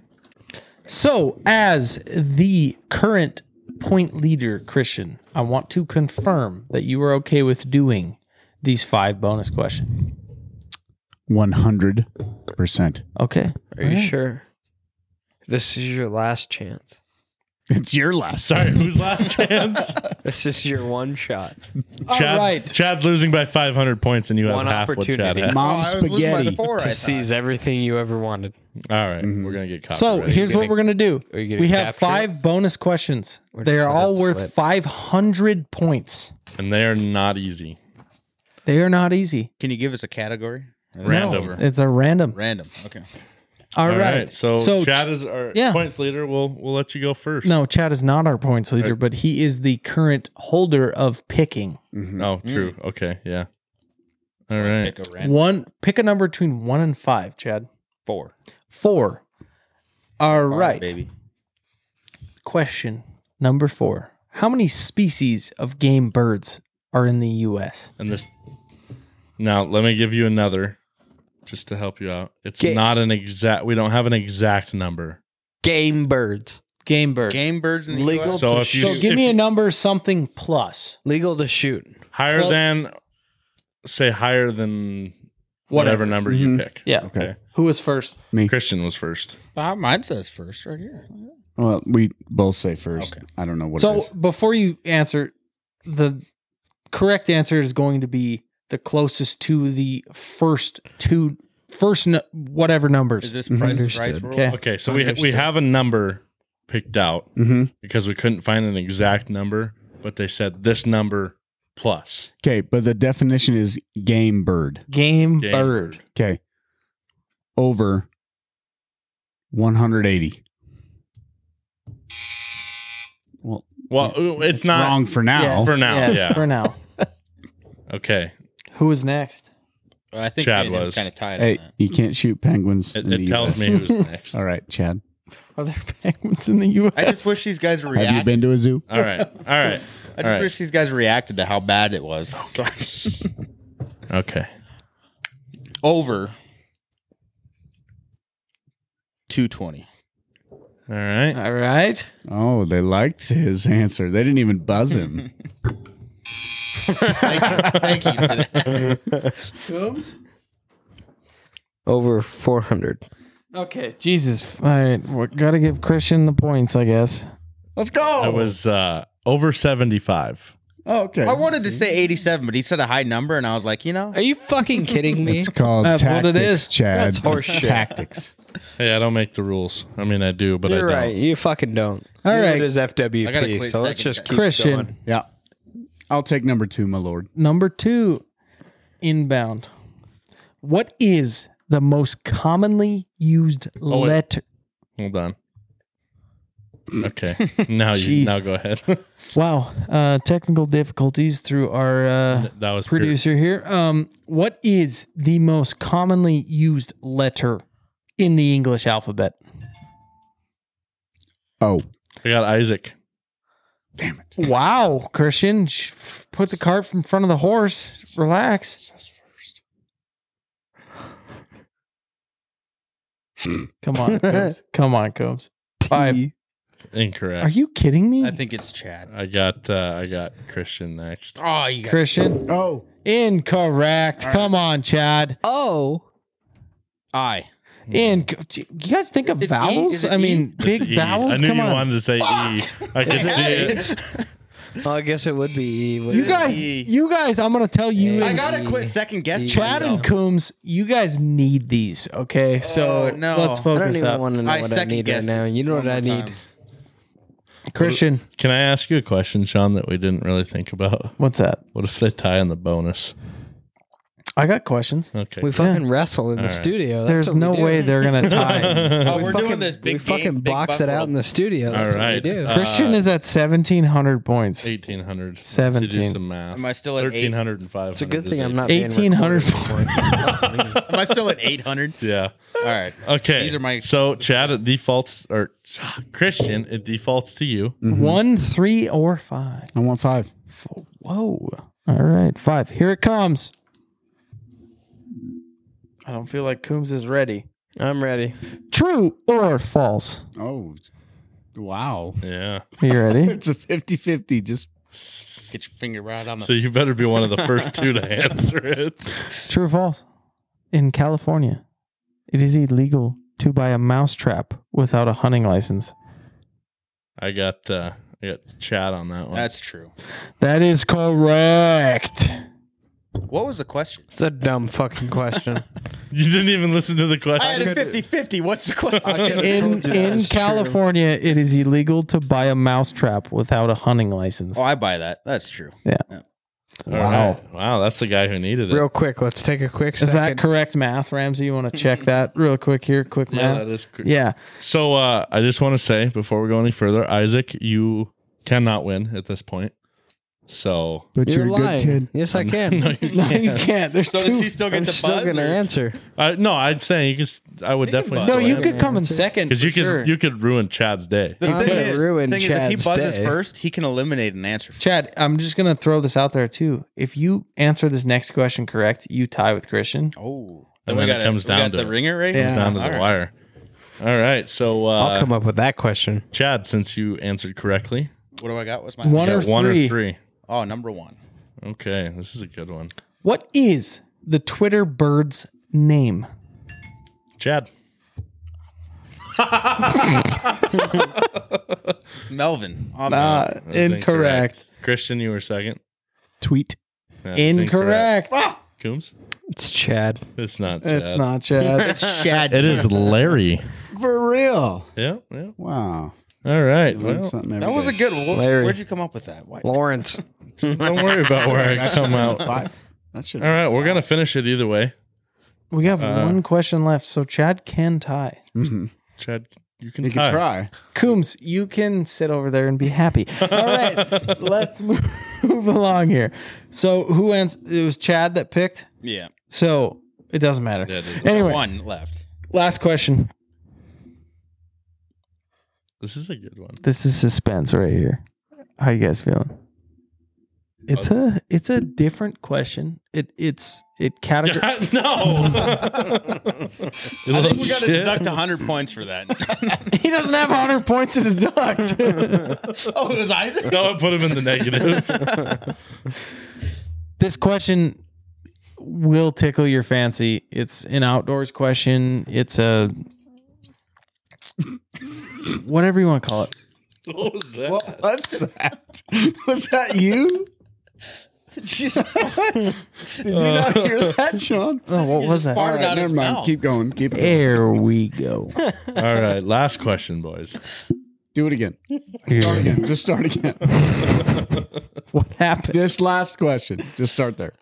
B: So, as the current point leader, Christian, I want to confirm that you are okay with doing these five bonus questions.
E: One hundred percent.
B: Okay.
D: Are you sure? This is your last chance.
E: It's your last.
C: Sorry, who's last chance?
D: This is your one shot.
C: Chad's,
B: right.
C: Chad's losing by 500 points, and you have
D: One
C: half what Chad
D: opportunity.
C: has. All
E: Mom
F: Oh, I was losing by
E: spaghetti.
F: four, I
D: to seize
F: thought.
D: everything you ever wanted.
C: right, we're gonna get caught.
B: So here's what
D: gonna-
B: we're gonna do.
D: are you gonna
B: We have
D: capture
B: five bonus questions. They are
D: just let
B: all
D: it
B: worth
D: slip?
B: 500 points.
C: and they are not easy.
B: They are not easy.
F: Can you give us a category? Or is it
C: Random.
F: over?
B: It's a random.
F: Random. Okay.
B: All
C: All
B: right.
C: right. So, Chad
B: Ch-
C: is our
B: yeah.
C: points leader. We'll we'll let you go first.
B: no, Chad is not our points leader, but he is the current holder of picking.
C: Oh, true. Okay. Yeah. All right.
F: Pick a random
B: One pick a number between one and five, Chad.
F: four.
B: Four. All right.
F: Five, baby.
B: Question number four. How many species of game birds are in the US?
C: And this. Now let me give you another, just to help you out. It's not an exact. We don't have an exact number.
D: Game birds.
B: Game birds.
F: Game birds in the
D: Legal
F: US?
D: to
C: So if you
B: so give
C: if
B: me a
C: you-
B: number something plus.
D: Legal to shoot.
C: higher
B: club-
C: than, say higher than whatever, number you pick.
B: Yeah.
C: Okay.
B: Who was first?
C: Christian was first.
F: Ah, mine says first right here.
E: Well, we both say first.
F: Okay.
E: I don't know what. it
B: so
E: is.
B: before you answer, the correct answer is going to be the closest to the first two, first nu- whatever
F: Is
B: numbers.
F: this price is right
E: Understood.
F: rule?
B: Okay.
C: Okay. So we we have a number picked out
E: Mhm.
C: because we couldn't find an exact number, but they said this number plus
E: Okay, but the definition is game bird.
B: game,
C: Game
B: bird.
C: bird.
E: Okay. Over 180. Well,
C: Well, it's
E: it's
C: not
E: wrong for now.
C: For now, yeah.
B: For now.
C: Okay.
B: Who was next?
F: I think
C: Chad
F: Chad was
C: was.
F: kind of tied
E: Hey,
F: on that.
E: you can't shoot penguins.
C: It,
E: in
C: it
E: the
C: tells
E: US.
C: me who's next.
E: All right, Chad.
B: Are there penguins in the U.S.?
F: I just wish these guys
E: Have you
F: reacted.
E: been to a zoo?
C: All right. All right. All
F: I just
C: right.
F: wish these guys reacted to how bad it was. So
C: Okay.
F: over two twenty.
C: All right.
B: All right.
E: Oh, they liked his answer. They didn't even buzz him.
F: Thank you. Thank you for that.
D: Over 400.
B: Okay. Eh, Jesus. All right. We gotta give Christian the points, I guess.
E: Let's
B: Oh.
E: go.
C: I was uh, over 75.
E: oh, okay.
F: I wanted to say eighty-seven, but he said a high number, and I was like, you know,
D: Are you fucking kidding me?
E: It's called
B: That's what it
E: tactics,
B: is.
E: Chad.
D: That's horseshit.
E: Tactics.
C: Hey, I don't make the rules. I mean, I do, but
D: You're
C: I don't.
D: right. You fucking don't.
B: All
D: All
B: right.
D: right. It is FWP.
F: I gotta quit
D: so let's
F: second
D: just
F: guess.
D: keep
B: Christian.
D: going.
E: Yeah. I'll take number two, my lord.
B: Number two, inbound. What is the most commonly used
C: Oh, wait.
B: letter?
C: Hold on. Okay. Now you
B: Jeez.
C: now go ahead.
B: Wow, uh, technical difficulties through our uh,
C: that was pure-
B: producer here. Um, what is the most commonly used letter in the English alphabet?
E: Oh,
C: I got Isaac.
E: damn it.
B: Wow, Christian, sh- put the cart from front of the horse. Relax. Come on, Coombs. come on, Combs. Five.
C: Incorrect.
B: Are you kidding me?
F: I think it's Chad.
C: I got uh, I got Christian next.
F: Oh, you got
B: Christian.
E: Oh,
B: Incorrect. Come on, Chad.
D: Oh.
F: I.
B: In you guys think of
F: It's E,
B: vowels?
F: is it
B: I mean,
C: It's
B: big
C: E. I
B: vowels.
C: knew
B: Come
C: you
B: on.
C: wanted to say E. I could see it.
D: Well, I guess it would be E. wouldn't
B: you
D: it?
B: guys,
F: E.
B: you guys. I'm gonna tell you.
F: I E.
B: and
F: gotta quit second guessing.
B: Chad and
F: myself.
B: Coombs, you guys need these. Okay, so
F: Oh, no.
B: let's
F: I don't
D: I don't
B: focus
D: even
B: up.
D: want to know
F: I
D: what I need right
F: second-guessed
D: now.
F: it.
D: You know
F: One
D: what I
F: more
D: need.
F: time.
B: Christian,
C: Can I ask you a question, Sean, that we didn't really think about?
B: what's that?
C: What if they tie on the bonus?
B: I got questions.
C: Okay.
D: We fucking wrestle in the
C: right.
D: studio. That's
B: There's
D: what we
B: no
D: do.
B: way they're gonna tie.
F: Oh, we're
D: Fucking-
F: doing this big
D: we fucking
F: game, big
D: box it
F: buck
D: out
F: roll.
D: in the studio.
C: All
D: That's
C: right.
D: what we do.
C: Uh,
B: Christian is at 1700 points.
C: 1800. To do
B: 17.
C: some math.
F: Am I still at eight?
C: 1300 and 500
D: it's a good
C: is
D: thing I'm
C: eight.
D: not being
B: 1800
D: recorded.
B: points.
F: Am I still at eight hundred?
C: Yeah.
F: All right.
C: Okay.
F: These are my-
C: So Chad it defaults or ah, Christian it defaults to you.
D: Mm.
B: One, three, or five.
E: I want five.
B: Whoa. All right, five. Here it comes. I don't feel like Coombs is ready.
D: I'm ready.
B: True or false?
E: Oh, wow.
C: Yeah.
B: Are you ready?
E: It's a 50 50. Just
F: Get your finger right on the.
C: So you better be one of the first two to answer it.
B: True or false? In California, it is illegal to buy a mousetrap without a hunting license.
C: I got uh I got Chad on that one.
F: That's true.
B: That is correct.
F: What was the question?
D: It's a dumb fucking question.
C: you didn't even listen to the
F: I had
C: question.
F: a 50 50. What's the question?
B: In in California, it is illegal to buy a mousetrap without a hunting license.
F: oh, I buy that. That's true.
C: wow. Wow, that's the guy who needed it.
D: Real quick, let's take a quick
B: Is that
D: second.
B: correct math, Ramsey? You want to check that real quick here, quick
C: yeah,
B: math?
C: that is cr-
B: Yeah.
C: So uh I just want to say before we go any further, Isaac, you cannot win at this point. So
E: But
D: You're,
E: you're, a
D: lying.
E: good kid.
D: Yes, I can.
C: no, you can't.
B: You can't. There's
F: So
B: two.
F: does he still get
D: I'm
F: the
D: still
F: buzz?
D: gonna
F: or-
D: answer.
C: I, no, I'm saying you could. s- I would
F: He can
C: definitely.
F: buzz.
B: no,
C: still
B: you
C: answer.
B: could come in
D: Answer.
B: second.
C: because you
B: for
C: could
B: sure.
C: you could ruin Chad's day.
F: The
D: I'm
F: thing
D: gonna
F: is,
D: ruin
F: thing is, if he
D: Chad's
F: buzzes
D: day.
F: first, he can eliminate an answer.
B: Chad, I'm just gonna throw this out there too. If you answer this next question correct, you tie with Christian.
F: Oh.
C: And then it comes
F: we
C: down
F: got
C: to
F: the
C: it.
F: ringer right
C: Comes down to the
F: All right.
C: wire. All right, so
D: I'll
C: uh,
D: come up with that question.
C: Chad, since you answered correctly,
F: What do I got? What's my
B: One
C: you
B: or,
C: got one
B: three.
C: or three.
F: Oh, number one.
C: Okay, this is a good one.
B: What is the Twitter bird's name?
C: Chad,
F: It's Melvin. Oh,
B: Uh,
F: Melvin.
C: That was
B: incorrect.
C: Christian, you were second.
E: Tweet.
C: That's
B: Incorrect.
C: Coombs,
D: It's Chad.
C: it's not. Chad.
B: It's not Chad.
F: Chad.
C: It is Larry.
E: For real.
C: yeah, yeah.
E: Wow.
C: All right.
E: Learn
C: Well,
E: something every
F: That was a
E: day.
F: good one.
D: Larry.
F: Where'd you come up with that? Why?
D: Lawrence.
C: don't worry about where I come out. All
E: five. That should
C: right, we're gonna finish it either way.
B: we have one question left, so Chad can tie.
E: Mhm.
C: Chad, you can
E: You
C: tie.
E: could try.
B: Coombs, you can sit over there and be happy. All right, let's move. move along here. So who ends? It was Chad that picked.
I: Yeah.
B: So it doesn't matter.
C: Yeah, it doesn't
B: anyway,
I: One left.
B: last question.
C: This is a good one.
B: This is suspense right here. How you guys feeling? It's a it's a different question. It it's it category.
C: no.
I: I think we got to deduct 100 points for that.
B: He doesn't have 100 points to deduct.
I: oh, it was Isaac?
C: no, it put him in the negative.
B: this question will tickle your fancy. It's an outdoors question. It's a whatever you want to call it.
C: what was that?
E: What's that? Was that you? Did you not hear that, Sean?
B: Oh, what was that?
E: All right,
I: out
E: never
I: his
E: mind.
I: mouth.
E: Keep going. Keep it.
B: There we go.
C: All right, last question, boys.
E: Do it again. Start again. Just start again.
B: What happened?
E: this last question. Just start there.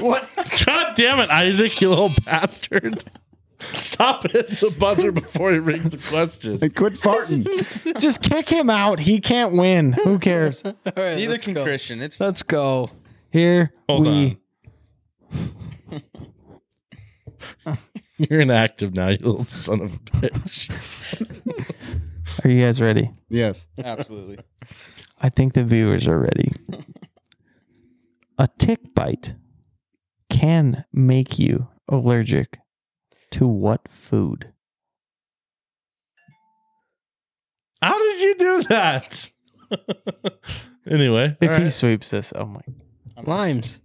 C: God damn it, Isaac, you little bastard. Stop it. The buzzer before he rings the question.
E: And quit farting.
B: Just kick him out. He can't win. Who cares?
I: Neither can Christian. It's
D: Let's go.
B: Here
C: Hold
B: we
C: on. You're inactive now, you little son of a bitch.
B: are. You guys ready?
E: yes.
I: absolutely.
B: I think the viewers are ready. a tick bite can make you allergic to what food?
C: How did you do that? anyway,
B: If
C: all right.
B: he sweeps this, oh my.
D: Limes.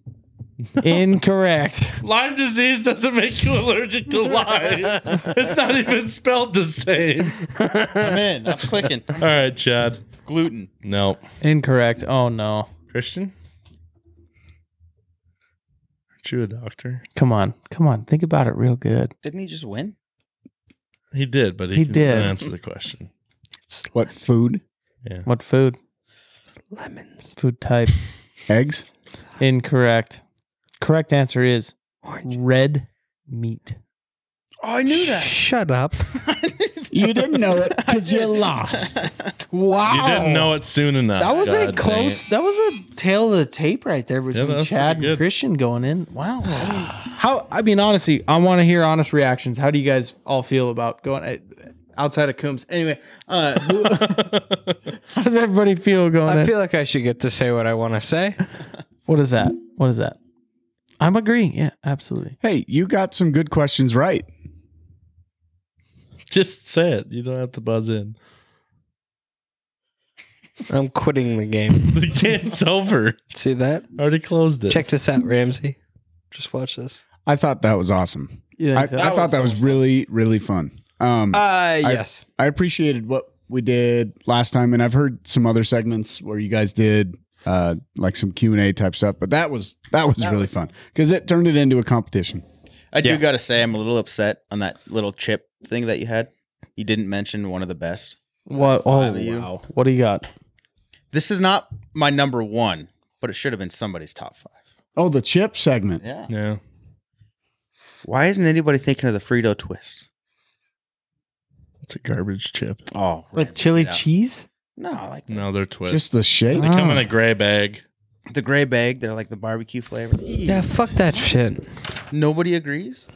B: Incorrect.
C: Lyme disease doesn't make you allergic to Lyme. it's not even spelled the same.
I: I'm in. I'm clicking.
C: All right, Chad.
I: Gluten.
C: No.
B: Incorrect. Oh no.
C: Christian? Aren't you a doctor?
B: Come on. Come on. Think about it real good.
I: Didn't he just win?
C: He did, but he,
B: He
C: couldn't
B: did.
C: answer the question.
E: What food?
B: What food?
D: Lemons.
B: Food type.
E: Eggs?
B: Incorrect. Correct answer is
D: Orange.
B: red meat.
I: Oh, I knew that.
D: Shut up.
E: You didn't know it because you lost.
B: Wow.
C: You didn't know it soon enough.
B: That was a
C: Oh God dang
B: close.
C: it.
B: That was a tail of the tape right there between
C: that was
B: Chad
C: pretty
B: and
C: good.
B: Christian going in. Wow. I mean, how? I mean, honestly, I want to hear honest reactions. How do you guys all feel about going uh, outside of Coombs? Anyway, uh, who, how does everybody feel going?
D: I
B: in?
D: feel like I should get to say what I want to say.
B: what is that? What is that? I'm agreeing. Yeah, absolutely.
E: Hey, you got some good questions right.
C: Just say it. You don't have to buzz in.
D: I'm quitting the game.
C: The game's over.
D: See that?
C: Already closed it.
D: Check this out, Ramsey. Just watch this.
E: I thought that was awesome.
B: You
E: I,
B: think so?
E: I thought that was really, really fun. Um,
D: Uh yes.
E: I appreciated what we did last time, and I've heard some other segments where you guys did uh, like some Q and A type stuff. But that was that was really fun because it turned it into a competition.
I: I do got to say, I'm a little upset on that little chip thing that you had. You didn't mention one of the best.
B: what? Oh,
I: Five of you.
B: wow. What do you got?
I: This is not my number one, but it should have been somebody's top five.
E: Oh, the chip segment.
I: Yeah.
C: Yeah.
I: Why isn't anybody thinking of the Frito twist?
C: It's a garbage chip.
I: Oh,
B: Like chili
I: Yeah.
B: cheese?
I: no, I like
C: No, they're twist.
E: Just the shape.
C: they
B: Ah.
C: come in a gray bag.
I: the gray bag. They're like the barbecue flavor.
D: Yeah, fuck that shit.
I: Nobody agrees.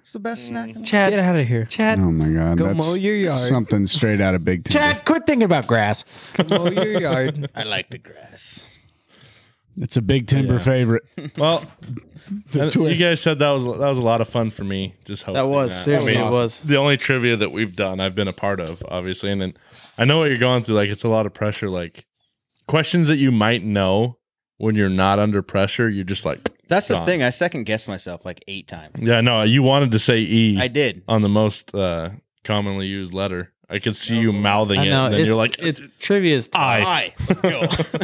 I: It's the best snack. In the
B: Chad,
D: Get out of here.
B: Chad,
E: Oh my god,
D: Go
E: that's
D: mow your yard.
E: something straight out of Big Ten.
B: Chad, quit thinking about grass.
D: Mow your yard.
I: I like the grass.
E: It's a Big Timber favorite.
C: Well,
E: The
C: you
E: twist.
C: guys said that was that was a lot of fun for me. Just hosting
B: That was seriously
C: I mean,
B: it was.
C: the only trivia that we've done. I've been a part of, obviously, and then I know what you're going through. Like it's a lot of pressure. Like questions that you might know when you're not under pressure. You're just like,
I: That's the
C: Gone.
I: thing. I second guessed myself like eight times.
C: yeah, no. You wanted to say e
I: I did.
C: on the most uh, commonly used letter. I could see you mouthing
B: I
C: it,
B: know.
C: and then
B: it's,
C: you're like,
B: it's trivia is tough.
C: I.
I: Hi. Let's go. I feel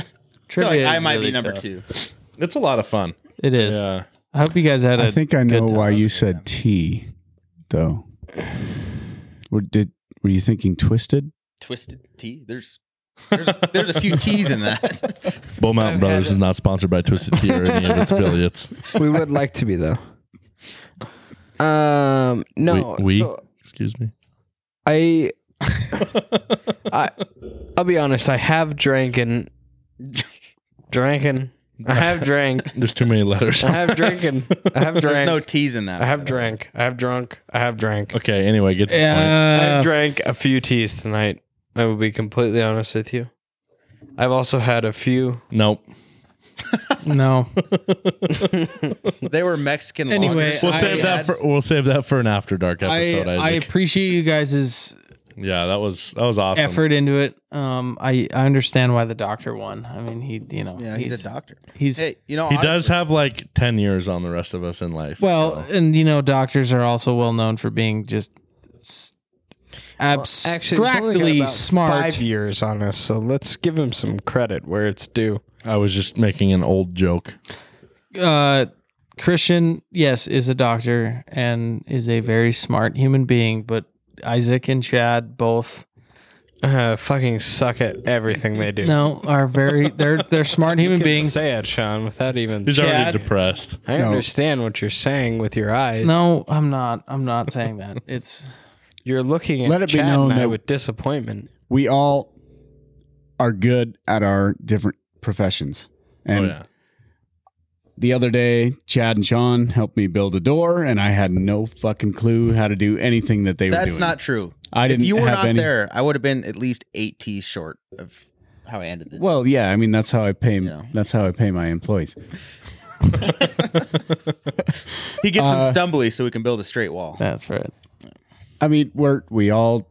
B: Trivia
I: like I
B: is
I: might
B: really
I: be number
B: tough.
I: two.
C: It's a lot of fun.
B: It is.
C: Yeah.
B: I hope you guys had a
E: I think I know
B: good time.
E: why you said T, though. Were did were you thinking twisted?
I: Twisted tea. There's there's, there's a few T's in that.
C: Bull Mountain Brothers is not sponsored by Twisted Tea or any of its affiliates.
D: we would like to be though. Um no
C: We- we?
D: so
C: Excuse me.
D: I I I'll be honest, I have drank and drinking. I have drank.
C: There's too many letters.
D: I have drinking. I have
I: There's
D: drank.
I: no T's in that.
D: I have drank. I have drunk. I have drank.
C: okay. Uh, Anyway, get to
B: uh,
C: the point.
D: I've drank a few teas tonight. I will be completely honest with you. I've also had a few.
C: Nope.
B: No.
I: They were Mexican.
B: Anyway,
I: lagers.
C: We'll
B: I-
C: save that. For, we'll save that for an after dark
B: I,
C: episode.
B: I
C: Isaac.
B: appreciate you guys'
C: yeah, that was that was awesome.
B: effort into it. Um, I, I understand why the doctor won. I mean, he, you know,
I: yeah, he's, a doctor.
B: he's
I: Hey, you know
C: He
I: honestly,
C: does have like ten years on the rest of us in life.
B: well,
C: so.
B: and you know, doctors are also well known for being just s- abstractly smart.
D: Five years on us, so let's give him some credit where it's due.
C: I was just making an old joke.
B: uh, Christian, yes, is a doctor and is a very smart human being, but Isaac and Chad both
D: Uh, fucking suck at everything they do.
B: no are very they're they're smart human
D: You can
B: beings.
D: Say it, Sean, without even.
C: He's
B: Chad.
C: already depressed.
D: I understand what you're saying with your eyes.
B: No, I'm not. I'm not saying that. It's
D: You're looking at
E: Let it be
D: Chad and
E: known
D: I
E: that-
D: with disappointment.
E: we all are good at our different professions. And
C: oh yeah.
E: the other day, Chad and Sean helped me build a door, and I had no fucking clue how to do anything that they were
I: That's
E: doing.
I: not true.
E: I didn't
I: if you were
E: have
I: not
E: any-
I: there, I would have been at least eight T's short of how I ended it.
E: Well, yeah, I mean that's how I pay.
I: know.
E: That's how I pay my employees.
I: He gets
E: uh,
I: them stumbly so we can build a straight wall.
B: that's right.
E: I mean, we're we all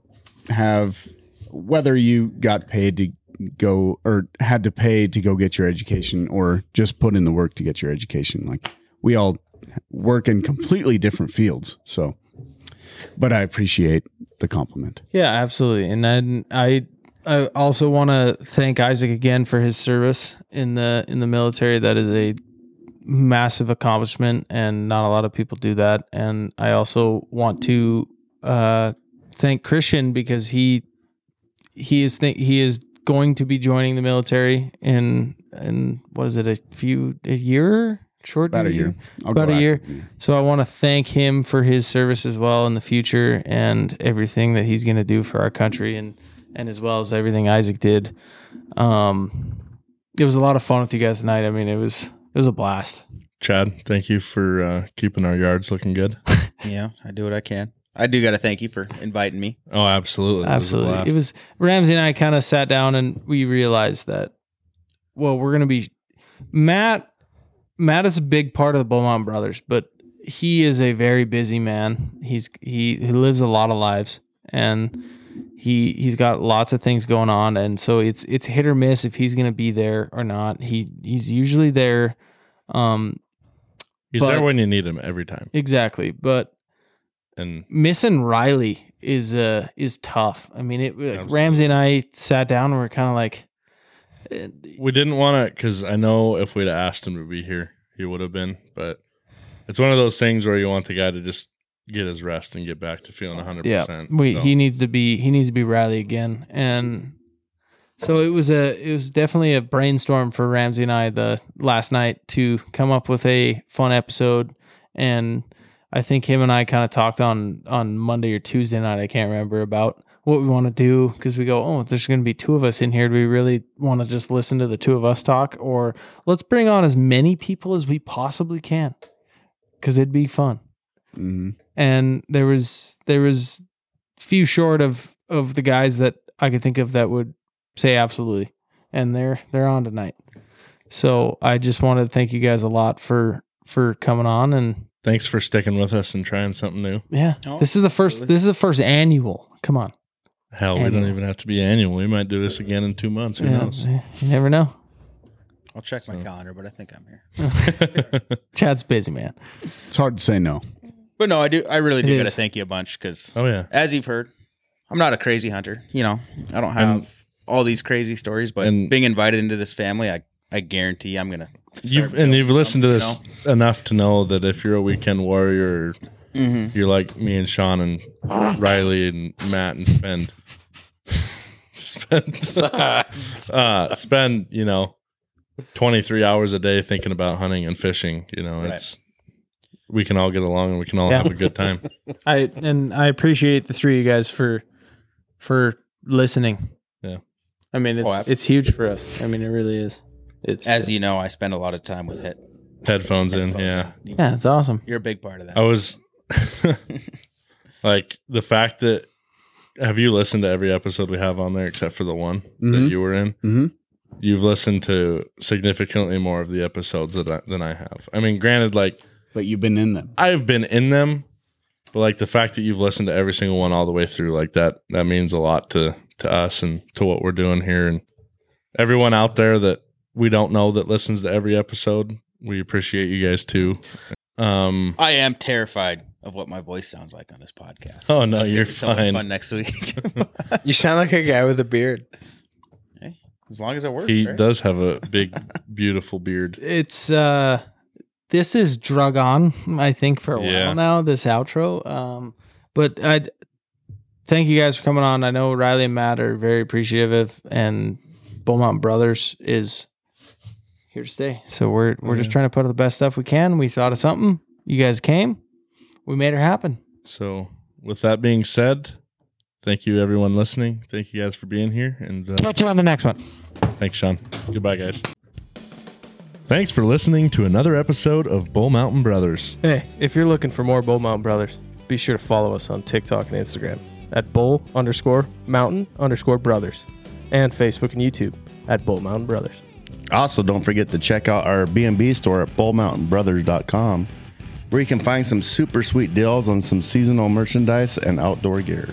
E: have whether you got paid to go or had to pay to go get your education or just put in the work to get your education. Like we all work in completely different fields. So, but I appreciate the compliment.
B: Yeah, absolutely. And then I I also want to thank Isaac again for his service in the in the military. That is a massive accomplishment and not a lot of people do that. And I also want to uh thank Christian because he he is th- he is going to be joining the military in in what is it a few a year short
E: About a year. I'll
B: Mm-hmm. About
E: go
B: a
E: after
B: year.
E: you.
B: So I want to thank him for his service as well in the future and everything that he's going to do for our country and and as well as everything Isaac did. Um, it was a lot of fun with you guys tonight. I mean, it was it was a blast.
C: Chad, thank you for uh, keeping our yards looking good.
I: Yeah, I do what I can. I do got to thank you for inviting me.
C: Oh, absolutely. It was a blast.
B: Absolutely. It was Ramsey and I kind of sat down and we realized that well, we're going to be Matt Matt is a big part of the Beaumont brothers, but he is a very busy man. He's he, he lives a lot of lives and he he's got lots of things going on and so it's it's hit or miss if he's going to be there or not. He he's usually there um
C: He's
B: but-
C: there when you need him every time.
B: exactly, but
C: And
B: missing Riley is uh is tough. I mean, it like,
C: Absolutely.
B: Ramsey and I sat down and we are kind of like,
C: we didn't want to because I know if we'd asked him to be here, he would have been. But it's one of those things where you want the guy to just get his rest and get back to feeling 100.
B: yeah,
C: percent
B: we he needs to be he needs to be Riley again, and so it was a it was definitely a brainstorm for Ramsey and I the last night to come up with a fun episode, and I think him and I kind of talked on on Monday or Tuesday night I can't remember about what we want to do because we go oh there's going to be two of us in here do we really want to just listen to the two of us talk or let's bring on as many people as we possibly can because it'd be fun
E: Mhm.
B: and there was there was few short of of the guys that I could think of that would say absolutely, and they're they're on tonight. So I just wanted to thank you guys a lot for for coming on, and
C: Thanks for sticking with us and trying something new.
B: yeah,
I: Oh,
B: this is the first this is the first annual. Come on,
C: Hell, we
B: Annual.
C: don't even have to be annual. We might do this again in two months. Who
B: Uh, Yeah,
C: knows?
B: you never know.
I: I'll check
C: Hmm.
I: my calendar, but I think I'm here.
B: Chad's busy, man.
E: It's hard to say no.
I: But no, I do. I really
B: It
I: do got to
B: is.
I: thank you a bunch because,
C: oh yeah.
I: as you've heard, I'm not a crazy hunter. You know, I don't have
C: And-
I: all these crazy stories. But
C: And-
I: being invited into this family, I I guarantee I'm gonna.
C: You've, and you've listened to this enough to know that if you're a weekend warrior, you're like me and Sean and Riley and Matt and spend, spend, uh, spend, you know, 23 hours a day thinking about hunting and fishing. You know, it's, we can all get along and we can all
B: Yeah.
C: have a good time.
B: I and I appreciate the three of you guys for for listening.
C: Yeah. Oh,
B: I mean it's it's huge for us. I mean it really is.
D: It's
F: As you know, I spend a lot of time with it.
C: Headphones in,
F: Headphones
C: yeah. Oh.
F: You-
D: yeah, it's awesome.
F: You're a big part of that.
C: I was like the fact that have you listened to every episode we have on there except for the one that
J: Mhm.
C: you were in?
E: Mm-hmm.
J: Mhm.
C: You've listened to significantly more of the episodes that I, than I have. I mean, granted, like
J: But you've been in them.
C: I've been in them, but like the fact that you've listened to every single one all the way through, like that, that means a lot to to us and to what we're doing here and everyone out there that we don't know that listens to every episode. We appreciate you guys too. Um,
F: I am terrified of what my voice sounds like on this podcast.
C: Oh, no,
F: That's gonna
C: you're
F: be so much
C: fine.
F: fun next week.
K: You sound like a guy with a beard.
F: as long as it works.
C: he
F: right?
C: does have a big, beautiful beard.
B: It's uh this is drug on, I think, for a
C: Yeah.
B: while now, this outro. Um but I thank you guys for coming on. I know Riley and Matt are very appreciative and Beaumont Brothers is here to stay. So we're we're just trying to put out the best stuff we can. We thought of something. You guys came. We made it happen.
C: So, with that being said, thank you everyone listening. Thank you guys for being here, and uh,
B: Catch you on the next one.
C: thanks, Sean. Goodbye, guys. Thanks for listening to another episode of Bull Mountain Brothers.
D: Hey, if you're looking for more Bull Mountain Brothers, be sure to follow us on TikTok and Instagram at Bull underscore Mountain underscore Brothers, and Facebook and YouTube at Bull Mountain Brothers.
E: Also, don't forget to check out our B&B store at bullmountainbrothers.com where you can find some super sweet deals on some seasonal merchandise and outdoor gear.